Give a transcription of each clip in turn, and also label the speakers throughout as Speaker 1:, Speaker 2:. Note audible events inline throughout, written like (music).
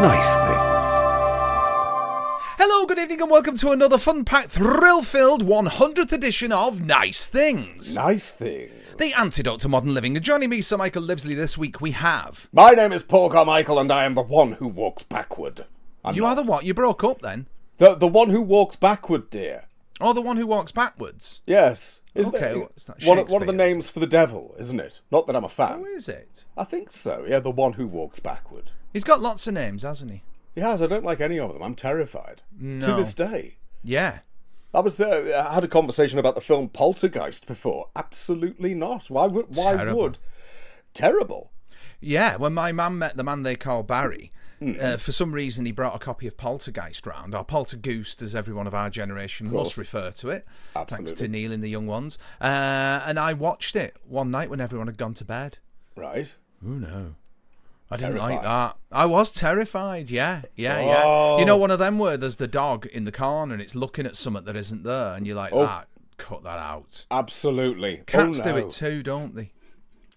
Speaker 1: nice things.
Speaker 2: Hello, good evening, and welcome to another fun-packed, thrill-filled 100th edition of Nice Things,
Speaker 1: Nice things.
Speaker 2: the antidote to modern living. And joining me, Sir Michael Livesley, this week we have.
Speaker 1: My name is Paul Carmichael, and I am the one who walks backward. I'm
Speaker 2: You are the what? You broke up then,
Speaker 1: the the one who walks backward, dear.
Speaker 2: or the one who walks backwards?
Speaker 1: Yes. Isn't
Speaker 2: Okay,
Speaker 1: it-
Speaker 2: well, it's not
Speaker 1: one, of- one of the
Speaker 2: Shakespeare's.
Speaker 1: names for the devil, isn't it? Not that I'm a fan.
Speaker 2: Who is it?
Speaker 1: I think so. Yeah, the one who walks backward.
Speaker 2: He's got lots of names, hasn't he?
Speaker 1: He has. I don't like any of them. I'm terrified to
Speaker 2: No.
Speaker 1: this day.
Speaker 2: Yeah.
Speaker 1: I was. Uh, I had a conversation about the film Poltergeist before. Absolutely not. Why would? Why
Speaker 2: Terrible.
Speaker 1: would? Terrible.
Speaker 2: Yeah, when my man met the man they call Barry,
Speaker 1: Hmm.
Speaker 2: uh, for some reason he brought a copy of Poltergeist round, or Poltergoose, as everyone of our generation must refer to it. Thanks to
Speaker 1: Absolutely.
Speaker 2: Neil and the young ones. Uh, and I watched it one night when everyone had gone to bed.
Speaker 1: Right.
Speaker 2: Oh no. I didn't like
Speaker 1: Terrified.
Speaker 2: that. I was terrified. Yeah, yeah, yeah.
Speaker 1: Oh.
Speaker 2: You know, one of them where there's the dog in the corner and it's looking at something that isn't there, and you're like, ah, cut that out.
Speaker 1: Absolutely.
Speaker 2: Cats
Speaker 1: oh, no.
Speaker 2: do it too, don't they?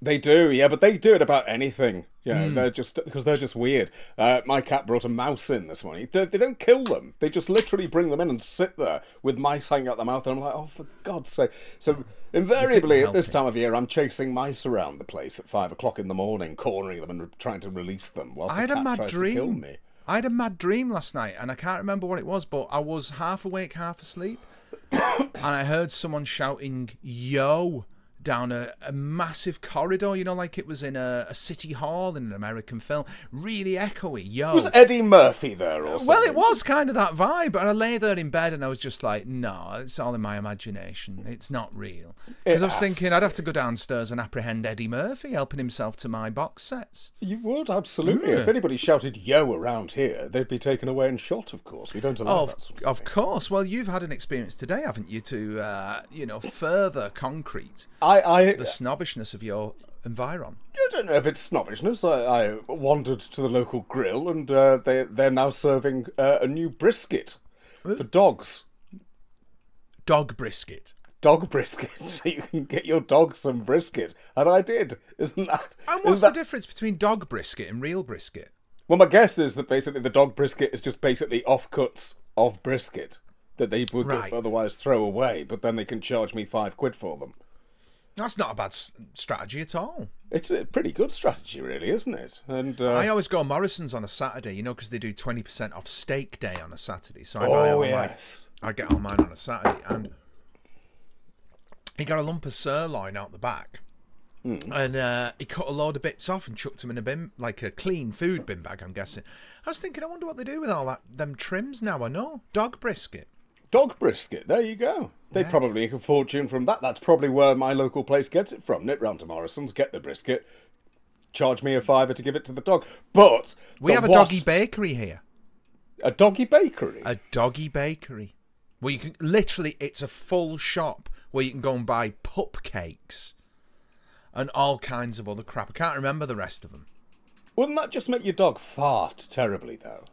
Speaker 1: They do, yeah, but they do it about anything. You
Speaker 2: Hmm.
Speaker 1: know, they're just because they're just weird. Uh, my cat brought a mouse in this morning. They, they don't kill them; they just literally bring them in and sit there with mice hanging out their mouth. And I'm like, oh, for God's sake! So invariably at
Speaker 2: help
Speaker 1: this
Speaker 2: it.
Speaker 1: time of year, I'm chasing mice around the place at five o'clock in the morning, cornering them and re- trying to release them. Whilst
Speaker 2: I
Speaker 1: the
Speaker 2: had
Speaker 1: cat
Speaker 2: a mad
Speaker 1: tries to kill
Speaker 2: dream.
Speaker 1: me.
Speaker 2: I had a mad dream last night, and I can't remember what it was, but I was half awake, half asleep, (coughs) and I heard someone shouting "Yo" down a, a massive corridor. You know, like it was in a, a city hall in an American film, really echoey. Yo.
Speaker 1: Was Eddie Murphy there or something?
Speaker 2: well, it was kind of that vibe, and I lay there in bed, and I was just like, "No, it's all in my imagination. It's not real." Because I was
Speaker 1: has
Speaker 2: thinking I'd have to go downstairs and apprehend Eddie Murphy helping himself to my box sets.
Speaker 1: You would absolutely. If anybody shouted "yo" around here, they'd be taken away and shot. Of course, we don't allow
Speaker 2: Of,
Speaker 1: that. Sort of
Speaker 2: of course. Well, you've had an experience today, haven't you, to uh, you know further concrete
Speaker 1: I, I,
Speaker 2: the snobbishness of your environ.
Speaker 1: I don't know if it's snobbishness. I, I wandered to the local grill, and uh, they they're now serving uh, a new brisket for dogs.
Speaker 2: Dog brisket.
Speaker 1: Dog brisket, (laughs) so you can get your dog some brisket, and I did. Isn't that?
Speaker 2: And
Speaker 1: isn't
Speaker 2: what's
Speaker 1: that-
Speaker 2: the difference between dog brisket and real brisket?
Speaker 1: Well, my guess is that basically the dog brisket is just basically offcuts of brisket that they would
Speaker 2: Right.
Speaker 1: otherwise throw away, but then they can charge me five quid for them.
Speaker 2: That's not a bad s- strategy at all.
Speaker 1: It's a pretty good strategy, really, isn't it? And uh,
Speaker 2: I always go Morrison's on a Saturday, you know, because they do twenty percent off steak day on a Saturday. So I buy
Speaker 1: Oh,
Speaker 2: all my, I get all mine on a Saturday, and he got a lump of sirloin out the back,
Speaker 1: Hmm.
Speaker 2: and uh, he cut a load of bits off and chucked them in a bin, like a clean food bin bag. I'm guessing. I was thinking, I wonder what they do with all that them trims now. I know dog brisket.
Speaker 1: Dog brisket. There you go. They probably make a fortune from that. That's probably where my local place gets it from. Nip round to Morrison's, get the brisket, charge me a fiver to give it to the dog. But
Speaker 2: We
Speaker 1: the
Speaker 2: have a
Speaker 1: wasps-
Speaker 2: doggy bakery here.
Speaker 1: a doggy bakery.
Speaker 2: A doggy bakery where you can literally it's a full shop where you can go and buy pup cakes and all kinds of other crap. I can't remember the rest of them.
Speaker 1: Wouldn't that just make your dog fart terribly though?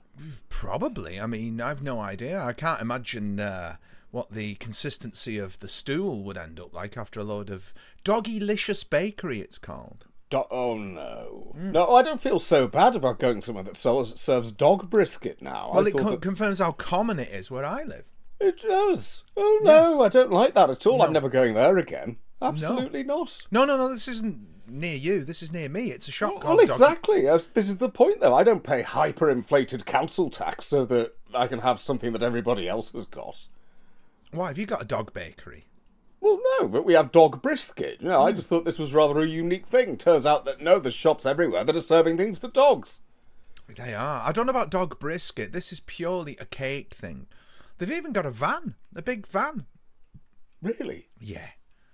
Speaker 2: Probably. I mean, I've no idea. I can't imagine uh, what the consistency of the stool would end up like after a load of doggy-licious bakery. It's called.
Speaker 1: Do- oh no!
Speaker 2: Hmm.
Speaker 1: No, I don't feel so bad about going somewhere that sells, serves dog brisket now.
Speaker 2: Well,
Speaker 1: I
Speaker 2: it
Speaker 1: thought
Speaker 2: co-
Speaker 1: that-
Speaker 2: confirms how common it is where I live.
Speaker 1: it does. Oh no, I don't like that at all. I'm never going there again. Absolutely not.
Speaker 2: No, no, no. This isn't near you. This is near me. It's a shop
Speaker 1: Well,
Speaker 2: called Doggy
Speaker 1: exactly. That's- This is the point, though. I don't pay hyperinflated council tax so that I can have something that everybody else has got.
Speaker 2: Why have you got a dog bakery?
Speaker 1: Well, no, but we have dog brisket. You know,
Speaker 2: Hmm.
Speaker 1: I just thought this was rather a unique thing. Turns out that no, there's shops everywhere that are serving things for dogs.
Speaker 2: They are. I don't know about dog brisket. This is purely a cake thing. They've even got a van, a big van.
Speaker 1: Really?
Speaker 2: Yeah.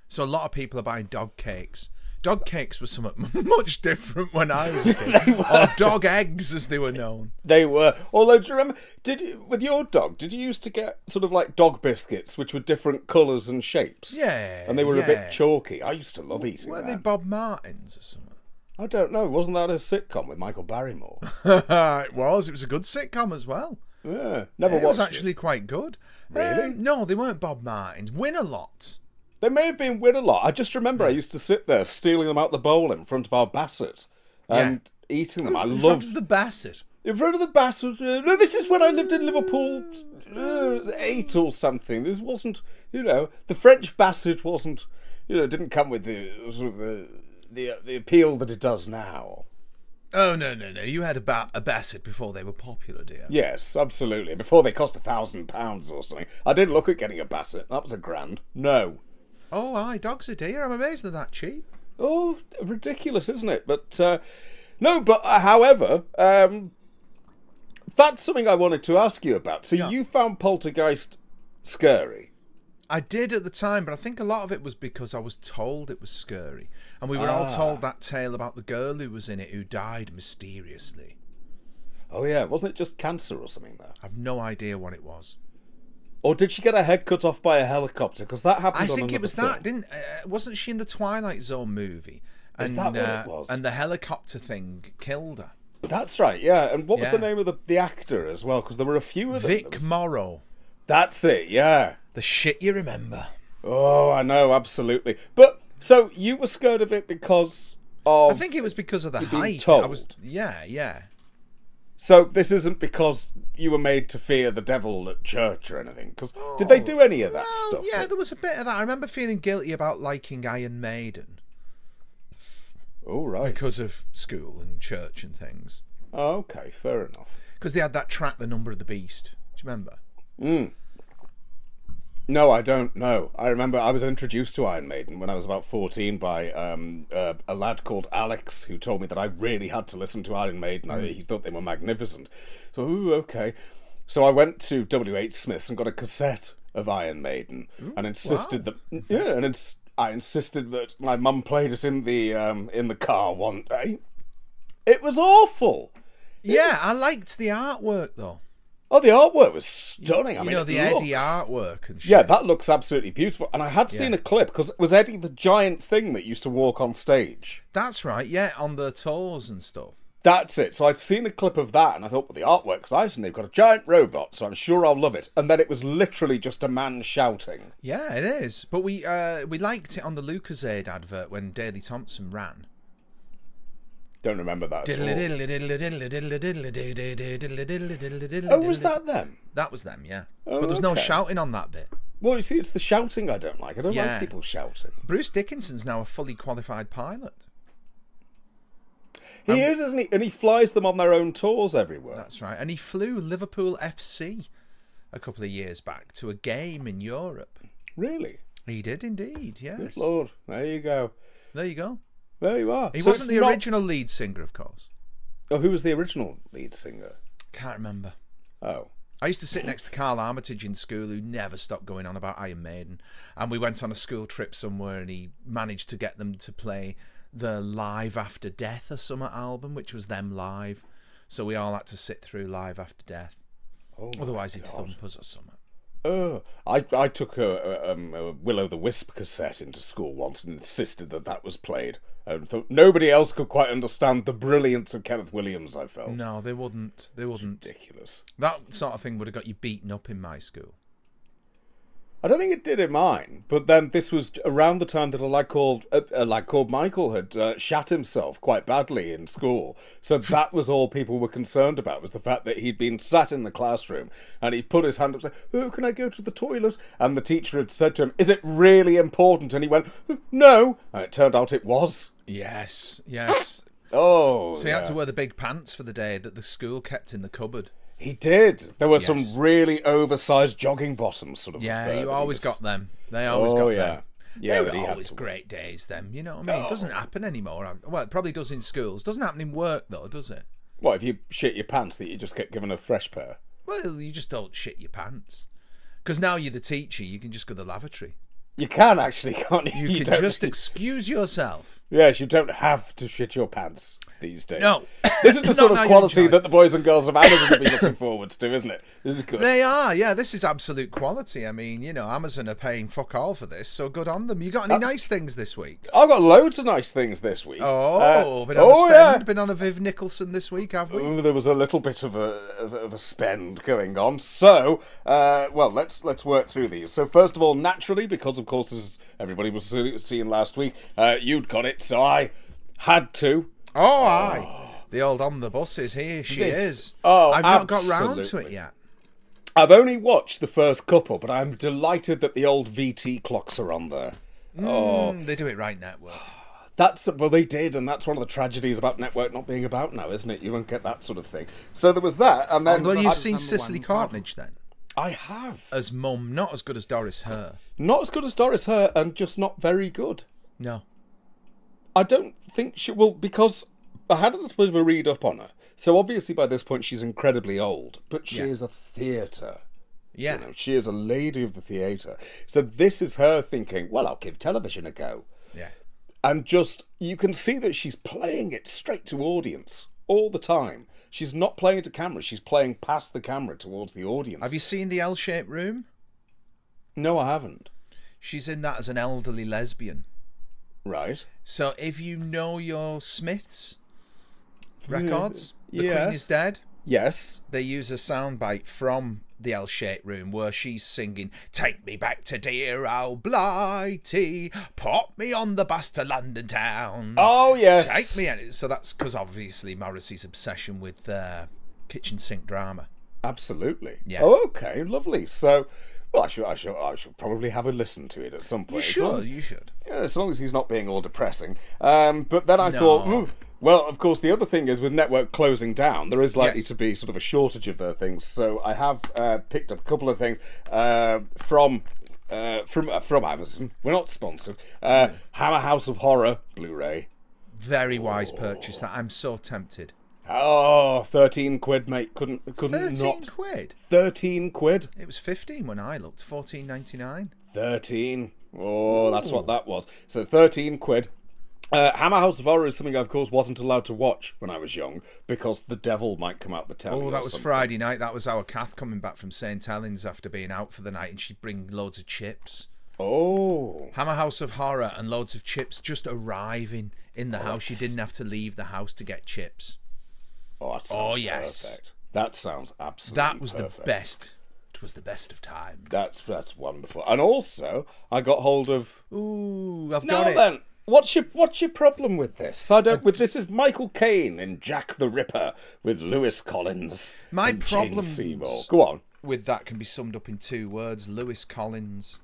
Speaker 2: So a lot of people are buying dog cakes. Dog cakes were something (laughs) much different when I was
Speaker 1: (laughs)
Speaker 2: a kid. or dog eggs, as they were known.
Speaker 1: They were. Although, do you remember? Did you, with your dog? Did you used to get sort of like dog biscuits, which were different colours and shapes?
Speaker 2: Yeah,
Speaker 1: And they were a
Speaker 2: yeah.
Speaker 1: bit chalky. I used to love eating
Speaker 2: Weren't they
Speaker 1: that.
Speaker 2: Bob Martins or something? (laughs)
Speaker 1: I don't know. Wasn't that a sitcom with Michael Barrymore?
Speaker 2: it was. It was a good sitcom as well.
Speaker 1: yeah. Never
Speaker 2: It
Speaker 1: watched
Speaker 2: was actually quite good.
Speaker 1: Really?
Speaker 2: Um, no, they weren't Bob Martins. Win a lot.
Speaker 1: They may have been win a lot. I just remember I
Speaker 2: Hmm.
Speaker 1: used to sit there stealing them out the bowl in front of our basset and eating them. I
Speaker 2: In front
Speaker 1: loved
Speaker 2: of the Bassett.
Speaker 1: In front of the battle. Uh, no, this is when I lived in Liverpool uh, 8 or something. This wasn't, you know, the French Basset wasn't, you know, didn't come with the sort of the, the, uh, the appeal that it does now.
Speaker 2: Oh no no no! You had a, ba- a Bassett before they were popular, dear.
Speaker 1: Yes, absolutely. Before they cost a thousand pounds or something. I did look at getting a Bassett. That was a grand. No.
Speaker 2: Oh, aye, dogs are dear. I'm amazed they're that cheap.
Speaker 1: Oh, ridiculous, isn't it? But uh, no. But uh, however, um, that's something I wanted to ask you about. So
Speaker 2: Yeah.
Speaker 1: you found Poltergeist scary?
Speaker 2: I did at the time, but I think a lot of it was because I was told it was scary, and we were
Speaker 1: Ah.
Speaker 2: all told that tale about the girl who was in it who died mysteriously.
Speaker 1: Oh yeah, wasn't it just cancer or something there?
Speaker 2: I've no idea what it was.
Speaker 1: Or did she get her head cut off by a helicopter? Because that
Speaker 2: I
Speaker 1: happened. on
Speaker 2: think it
Speaker 1: another
Speaker 2: was
Speaker 1: film.
Speaker 2: that, didn't? Uh, wasn't she in the Twilight Zone movie? And, uh,
Speaker 1: Is that what it was?
Speaker 2: And the helicopter thing killed her.
Speaker 1: That's right. Yeah. And what was the
Speaker 2: Yeah.
Speaker 1: name of the, the actor as well? Because there were a few of them. There
Speaker 2: Vic
Speaker 1: was-
Speaker 2: Morrow.
Speaker 1: That's it. Yeah.
Speaker 2: The shit you remember.
Speaker 1: Oh, I know, absolutely. But so you were scared of it because of.
Speaker 2: I think it was because of the
Speaker 1: been
Speaker 2: hype. I was,
Speaker 1: told.
Speaker 2: yeah, yeah.
Speaker 1: So this isn't because you were made to fear the devil at church or anything. Because did they do any of that
Speaker 2: Oh, Well,
Speaker 1: stuff?
Speaker 2: yeah, there was a bit of that. I remember feeling guilty about liking Iron Maiden
Speaker 1: All right.
Speaker 2: because of school and church and things.
Speaker 1: Okay, fair enough.
Speaker 2: Because they had that track, The Number of the Beast. Do you remember?
Speaker 1: No, I don't know. I remember I was introduced to Iron Maiden when I was about 14 by um, uh, a lad called Alex who told me that I really had to listen to Iron Maiden.
Speaker 2: Hmm.
Speaker 1: I, he thought they were magnificent. So, ooh, okay. So I went to W.H. Smith's and got a cassette of Iron Maiden and insisted that. Yeah, and it's, I insisted that my mum played it in the, um, in the car one day. It was awful.
Speaker 2: Yeah, I liked the artwork though.
Speaker 1: Oh, the artwork was stunning. I mean,
Speaker 2: You know,
Speaker 1: it
Speaker 2: the Eddie
Speaker 1: looks-
Speaker 2: artwork and shit.
Speaker 1: Yeah, that looks absolutely beautiful. And I had seen a clip because was Eddie the giant thing that used to walk on stage?
Speaker 2: That's right. Yeah, on the tours and stuff.
Speaker 1: That's it. So I'd seen a clip of that and I thought, well, the artwork's nice and they've got a giant robot, so I'm sure I'll love it. And then it was literally just a man shouting.
Speaker 2: Yeah, it is. But we uh, we liked it on the LucasAid advert when Daley Thompson ran.
Speaker 1: Don't remember that. At all.
Speaker 2: Oh,
Speaker 1: Oh, was that them?
Speaker 2: That was them, yeah. But there was no
Speaker 1: okay.
Speaker 2: shouting on that bit.
Speaker 1: Well, you see, it's the shouting I don't like. I don't
Speaker 2: Yeah.
Speaker 1: like people shouting.
Speaker 2: Bruce Dickinson's now a fully qualified pilot.
Speaker 1: He
Speaker 2: Um,
Speaker 1: is, isn't he? And he flies them on their own tours everywhere.
Speaker 2: That's right. And he flew Liverpool FC a couple of years back to a game in Europe.
Speaker 1: Really?
Speaker 2: He did indeed, yes.
Speaker 1: Lord, there you go.
Speaker 2: There you go.
Speaker 1: There you are.
Speaker 2: He
Speaker 1: So
Speaker 2: wasn't
Speaker 1: it's
Speaker 2: the
Speaker 1: not-
Speaker 2: original lead singer, of course.
Speaker 1: Oh, who was the original lead singer?
Speaker 2: Can't remember.
Speaker 1: Oh.
Speaker 2: I used to sit next to Carl Armitage in school, who never stopped going on about Iron Maiden. And we went on a school trip somewhere, and he managed to get them to play the Live After Death or Summer album, which was them live. So we all had to sit through Live After Death.
Speaker 1: Oh my
Speaker 2: Otherwise, he'd thump us or something.
Speaker 1: Oh, I I took a, a, um, a Will o' the Wisp cassette into school once and insisted that that was played, and thought nobody else could quite understand the brilliance of Kenneth Williams. I felt
Speaker 2: No, they wouldn't. They wouldn't.
Speaker 1: ridiculous.
Speaker 2: That sort of thing would have got you beaten up in my school.
Speaker 1: I don't think it did in mine, but then this was around the time that a lad called a, a lad called Michael had uh, shat himself quite badly in school, so that was all people were concerned about was the fact that he'd been sat in the classroom and he put his hand up, saying, "Oh, can I go to the toilet?" And the teacher had said to him, "Is it really important?" And he went, "No," and it turned out it was.
Speaker 2: Yes, yes.
Speaker 1: Oh,
Speaker 2: So he had to wear the big pants for the day that the school kept in the cupboard.
Speaker 1: he did. There were
Speaker 2: Yes.
Speaker 1: some really oversized jogging bottoms, sort of. affair
Speaker 2: Yeah,
Speaker 1: that he
Speaker 2: you always
Speaker 1: was-
Speaker 2: got them. They always
Speaker 1: Oh,
Speaker 2: got
Speaker 1: yeah.
Speaker 2: them.
Speaker 1: Yeah,
Speaker 2: they
Speaker 1: that he
Speaker 2: were
Speaker 1: had
Speaker 2: always
Speaker 1: to- Oh.
Speaker 2: great days. Them, you know what I mean. It doesn't happen anymore. I- Well, it probably does in schools. Doesn't happen in work though, does it?
Speaker 1: What if you shit your pants that you just get given a fresh pair?
Speaker 2: Well, you just don't shit your pants because now you're the teacher. You can just go to the lavatory.
Speaker 1: You can actually, can't you?
Speaker 2: You, can
Speaker 1: don't-
Speaker 2: just excuse yourself.
Speaker 1: Yes, you don't have to shit your pants these days.
Speaker 2: No. (laughs)
Speaker 1: This is the
Speaker 2: Not
Speaker 1: sort
Speaker 2: now
Speaker 1: of
Speaker 2: you're
Speaker 1: quality
Speaker 2: giant.
Speaker 1: that the boys and girls of Amazon will be looking forwards to, isn't it? This is good.
Speaker 2: They are, yeah. This is absolute quality. I mean, you know, Amazon are paying fuck all for this, so good on them. You got any nice things this week?
Speaker 1: I've got loads of nice things this week.
Speaker 2: Oh,
Speaker 1: Uh,
Speaker 2: been on
Speaker 1: oh
Speaker 2: a spend,
Speaker 1: yeah. Oh.
Speaker 2: been on a Viv Nicholson this week, have we?
Speaker 1: Ooh, there was a little bit of a of, a- of a spend going on. So, uh, well, let's let's work through these. So, first of all, naturally, because of course, as everybody was see- seeing last week, uh, you'd got it, so I had to.
Speaker 2: Oh, aye. the old omnibuses. Here she
Speaker 1: This-
Speaker 2: is.
Speaker 1: oh,
Speaker 2: I've not got round to it
Speaker 1: absolutely.
Speaker 2: yet.
Speaker 1: I've only watched the first couple, but I'm delighted that the old VT clocks are on there. Oh.
Speaker 2: Mm, they do it right, network.
Speaker 1: That's well, they did, and that's one of the tragedies about network not being about now, isn't it? You won't get that sort of thing. So there was that, and then
Speaker 2: Well,
Speaker 1: I,
Speaker 2: you've seen
Speaker 3: number
Speaker 2: Cicely
Speaker 3: one.
Speaker 2: Cartledge then
Speaker 1: I have
Speaker 2: as mum, not as good as Doris Her.
Speaker 1: not as good as Doris Her, and just not very good.
Speaker 2: No.
Speaker 1: I don't think she will because I had a little bit of a read up on her. So obviously by this point she's incredibly old, but she
Speaker 2: Yeah.
Speaker 1: is a theatre.
Speaker 2: Yeah.
Speaker 1: You know, she is a lady of the theatre. So this is her thinking. Well, I'll give television a go,
Speaker 2: Yeah.
Speaker 1: and just you can see that she's playing it straight to audience all the time. She's not playing it to camera. She's playing past the camera towards the audience.
Speaker 2: Have you seen the L-shaped room?
Speaker 1: No, I haven't.
Speaker 2: She's in that as an elderly lesbian.
Speaker 1: Right.
Speaker 2: So if you know your Smiths records, the Queen
Speaker 1: yes.
Speaker 2: is dead.
Speaker 1: Yes.
Speaker 2: They use a soundbite from the L-shaped room where she's singing "Take me back to dear old Blighty, pop me on the bus to London town."
Speaker 1: Oh yes.
Speaker 2: Take me and so that's because obviously Morrissey's obsession with uh, kitchen sink drama.
Speaker 1: Absolutely.
Speaker 2: Yeah.
Speaker 1: Oh, okay, lovely. So, well, I should, I should, I should probably have a listen to it at some point. As long
Speaker 2: Sure,
Speaker 1: as,
Speaker 2: you should.
Speaker 1: yeah, as long as he's not being all depressing. Um, but then I
Speaker 2: No.
Speaker 1: thought, "Ooh." well, of course, the other thing is with network closing down, there is likely
Speaker 2: Yes.
Speaker 1: to be sort of a shortage of their things. So I have uh, picked up a couple of things uh, from. Uh, from uh, from Amazon, we're not sponsored. Uh,
Speaker 2: Hmm.
Speaker 1: Hammer House of Horror Blu-ray.
Speaker 2: Very wise purchase. That I'm so tempted.
Speaker 1: Oh, 13 quid, mate. Couldn't couldn't
Speaker 2: Thirteen
Speaker 1: not
Speaker 2: quid.
Speaker 1: thirteen quid.
Speaker 2: It was fifteen when I looked. Fourteen ninety nine.
Speaker 1: 13. Oh, that's what that was. So 13 quid. Uh, Hammer House of Horror is something I, of course, wasn't allowed to watch when I was young because the devil might come out the town.
Speaker 2: Oh, that was Friday night. That was our Kath coming back from St Helens after being out for the night, and she'd bring loads of chips.
Speaker 1: Oh,
Speaker 2: Hammer House of Horror and loads of chips just arriving in the house. She didn't have to leave the house to get chips.
Speaker 1: oh, that sounds
Speaker 2: Oh, yes.
Speaker 1: perfect. That sounds absolutely
Speaker 2: That was
Speaker 1: perfect.
Speaker 2: the best. It was the best of times.
Speaker 1: That's that's wonderful. And also, I got hold of.
Speaker 2: Ooh, I've
Speaker 1: Now
Speaker 2: got it.
Speaker 1: then, what's your what's your problem with this? I don't. With this is Michael Caine in Jack the Ripper with Lewis Collins.
Speaker 2: My
Speaker 1: and Jane
Speaker 2: problems-
Speaker 1: Seymour. Go on.
Speaker 2: With that can be summed up in two words: Lewis Collins.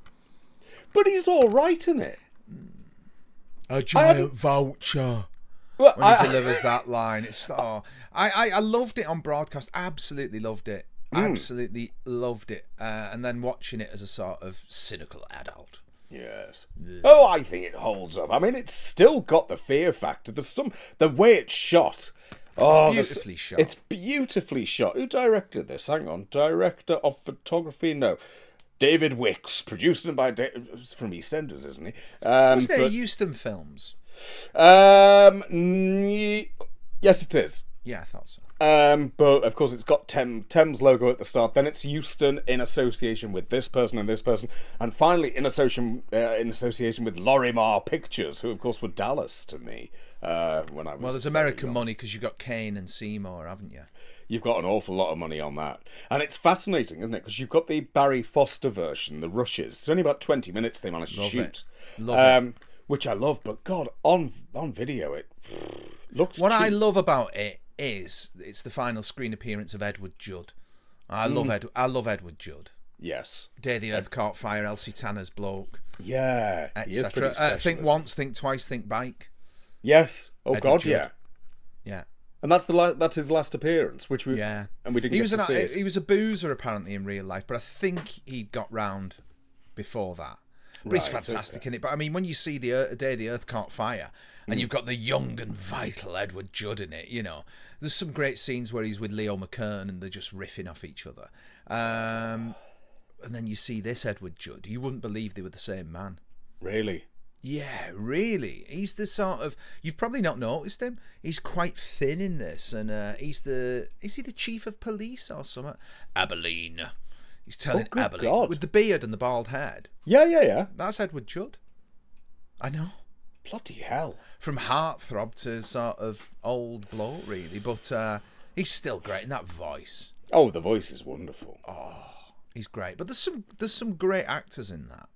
Speaker 1: But he's all right in it.
Speaker 2: A
Speaker 1: haven't-
Speaker 2: voucher.
Speaker 1: Well,
Speaker 2: When he
Speaker 1: I-
Speaker 2: delivers that line, it's oh, I, I I loved it on broadcast. Absolutely loved it.
Speaker 1: Hmm.
Speaker 2: Absolutely loved it. Uh, and then watching it as a sort of cynical adult.
Speaker 1: Yes. Oh, I think it holds up. I mean, it's still got the fear factor. There's some the way it's shot. Oh, there's-
Speaker 2: beautifully shot.
Speaker 1: It's beautifully shot. Who directed this? Hang on, director of photography? No, David Wicks, produced and by da- it's from EastEnders, isn't he? Um,
Speaker 2: Is there
Speaker 1: but-
Speaker 2: Houston films?
Speaker 1: um, n- yes, it is.
Speaker 2: Yeah, I thought so.
Speaker 1: Um, but of course, it's got Tem- Thames logo at the start. Then it's Euston in association with this person and this person, and finally in association uh, in association with Lorimar Pictures, who of course were Dallas to me uh, when I was.
Speaker 2: Well, there's American money because you've got Kane and Seymour, haven't you?
Speaker 1: You've got an awful lot of money on that, and it's fascinating, isn't it? Because you've got the Barry Foster version, the rushes. It's only about twenty minutes they managed to shoot,
Speaker 2: Love it.
Speaker 1: um, which I love. But God, on on video, it looks.
Speaker 2: What I
Speaker 1: cheap.
Speaker 2: love about it is it's the final screen appearance of Edward Judd. I
Speaker 1: Mm.
Speaker 2: love Ed. I love Edward Judd.
Speaker 1: yes,
Speaker 2: Day the Earth Caught Fire, Elsie Tanner's bloke,
Speaker 1: yeah, he is
Speaker 2: etc.
Speaker 1: pretty
Speaker 2: Uh,
Speaker 1: special,
Speaker 2: think
Speaker 1: isn't
Speaker 2: once, think twice, think bike.
Speaker 1: he? Yes. Oh
Speaker 2: Edward
Speaker 1: God,
Speaker 2: Judd.
Speaker 1: yeah.
Speaker 2: Yeah.
Speaker 1: And that's the la- that's his last appearance, which we
Speaker 2: Yeah,
Speaker 1: and we didn't
Speaker 2: He
Speaker 1: get
Speaker 2: was
Speaker 1: to
Speaker 2: an,
Speaker 1: see it.
Speaker 2: he was a boozer apparently in real life, but I think he'd got round before that. But he's
Speaker 1: Right, uh,
Speaker 2: fantastic in it. But I mean, when you see the Ear- day the Earth caught fire, and
Speaker 1: Mm.
Speaker 2: you've got the young and vital Edward Judd in it, you know, there's some great scenes where he's with Leo McKern and they're just riffing off each other. Um, and then you see this Edward Judd. You wouldn't believe they were the same man.
Speaker 1: Really?
Speaker 2: Yeah, really. He's the sort of you've probably not noticed him. He's quite thin in this, and uh, he's the is he the chief of police or something? Abilene. He's telling
Speaker 1: Oh, good
Speaker 2: Abilene
Speaker 1: God.
Speaker 2: with the beard and the bald head.
Speaker 1: Yeah, yeah, yeah.
Speaker 2: That's Edward Judd. I know.
Speaker 1: Bloody hell!
Speaker 2: From heartthrob to sort of old bloke, really, but uh, he's still great. And that voice,
Speaker 1: Oh, the voice is wonderful. Oh,
Speaker 2: he's great. But there's some there's some great actors in that.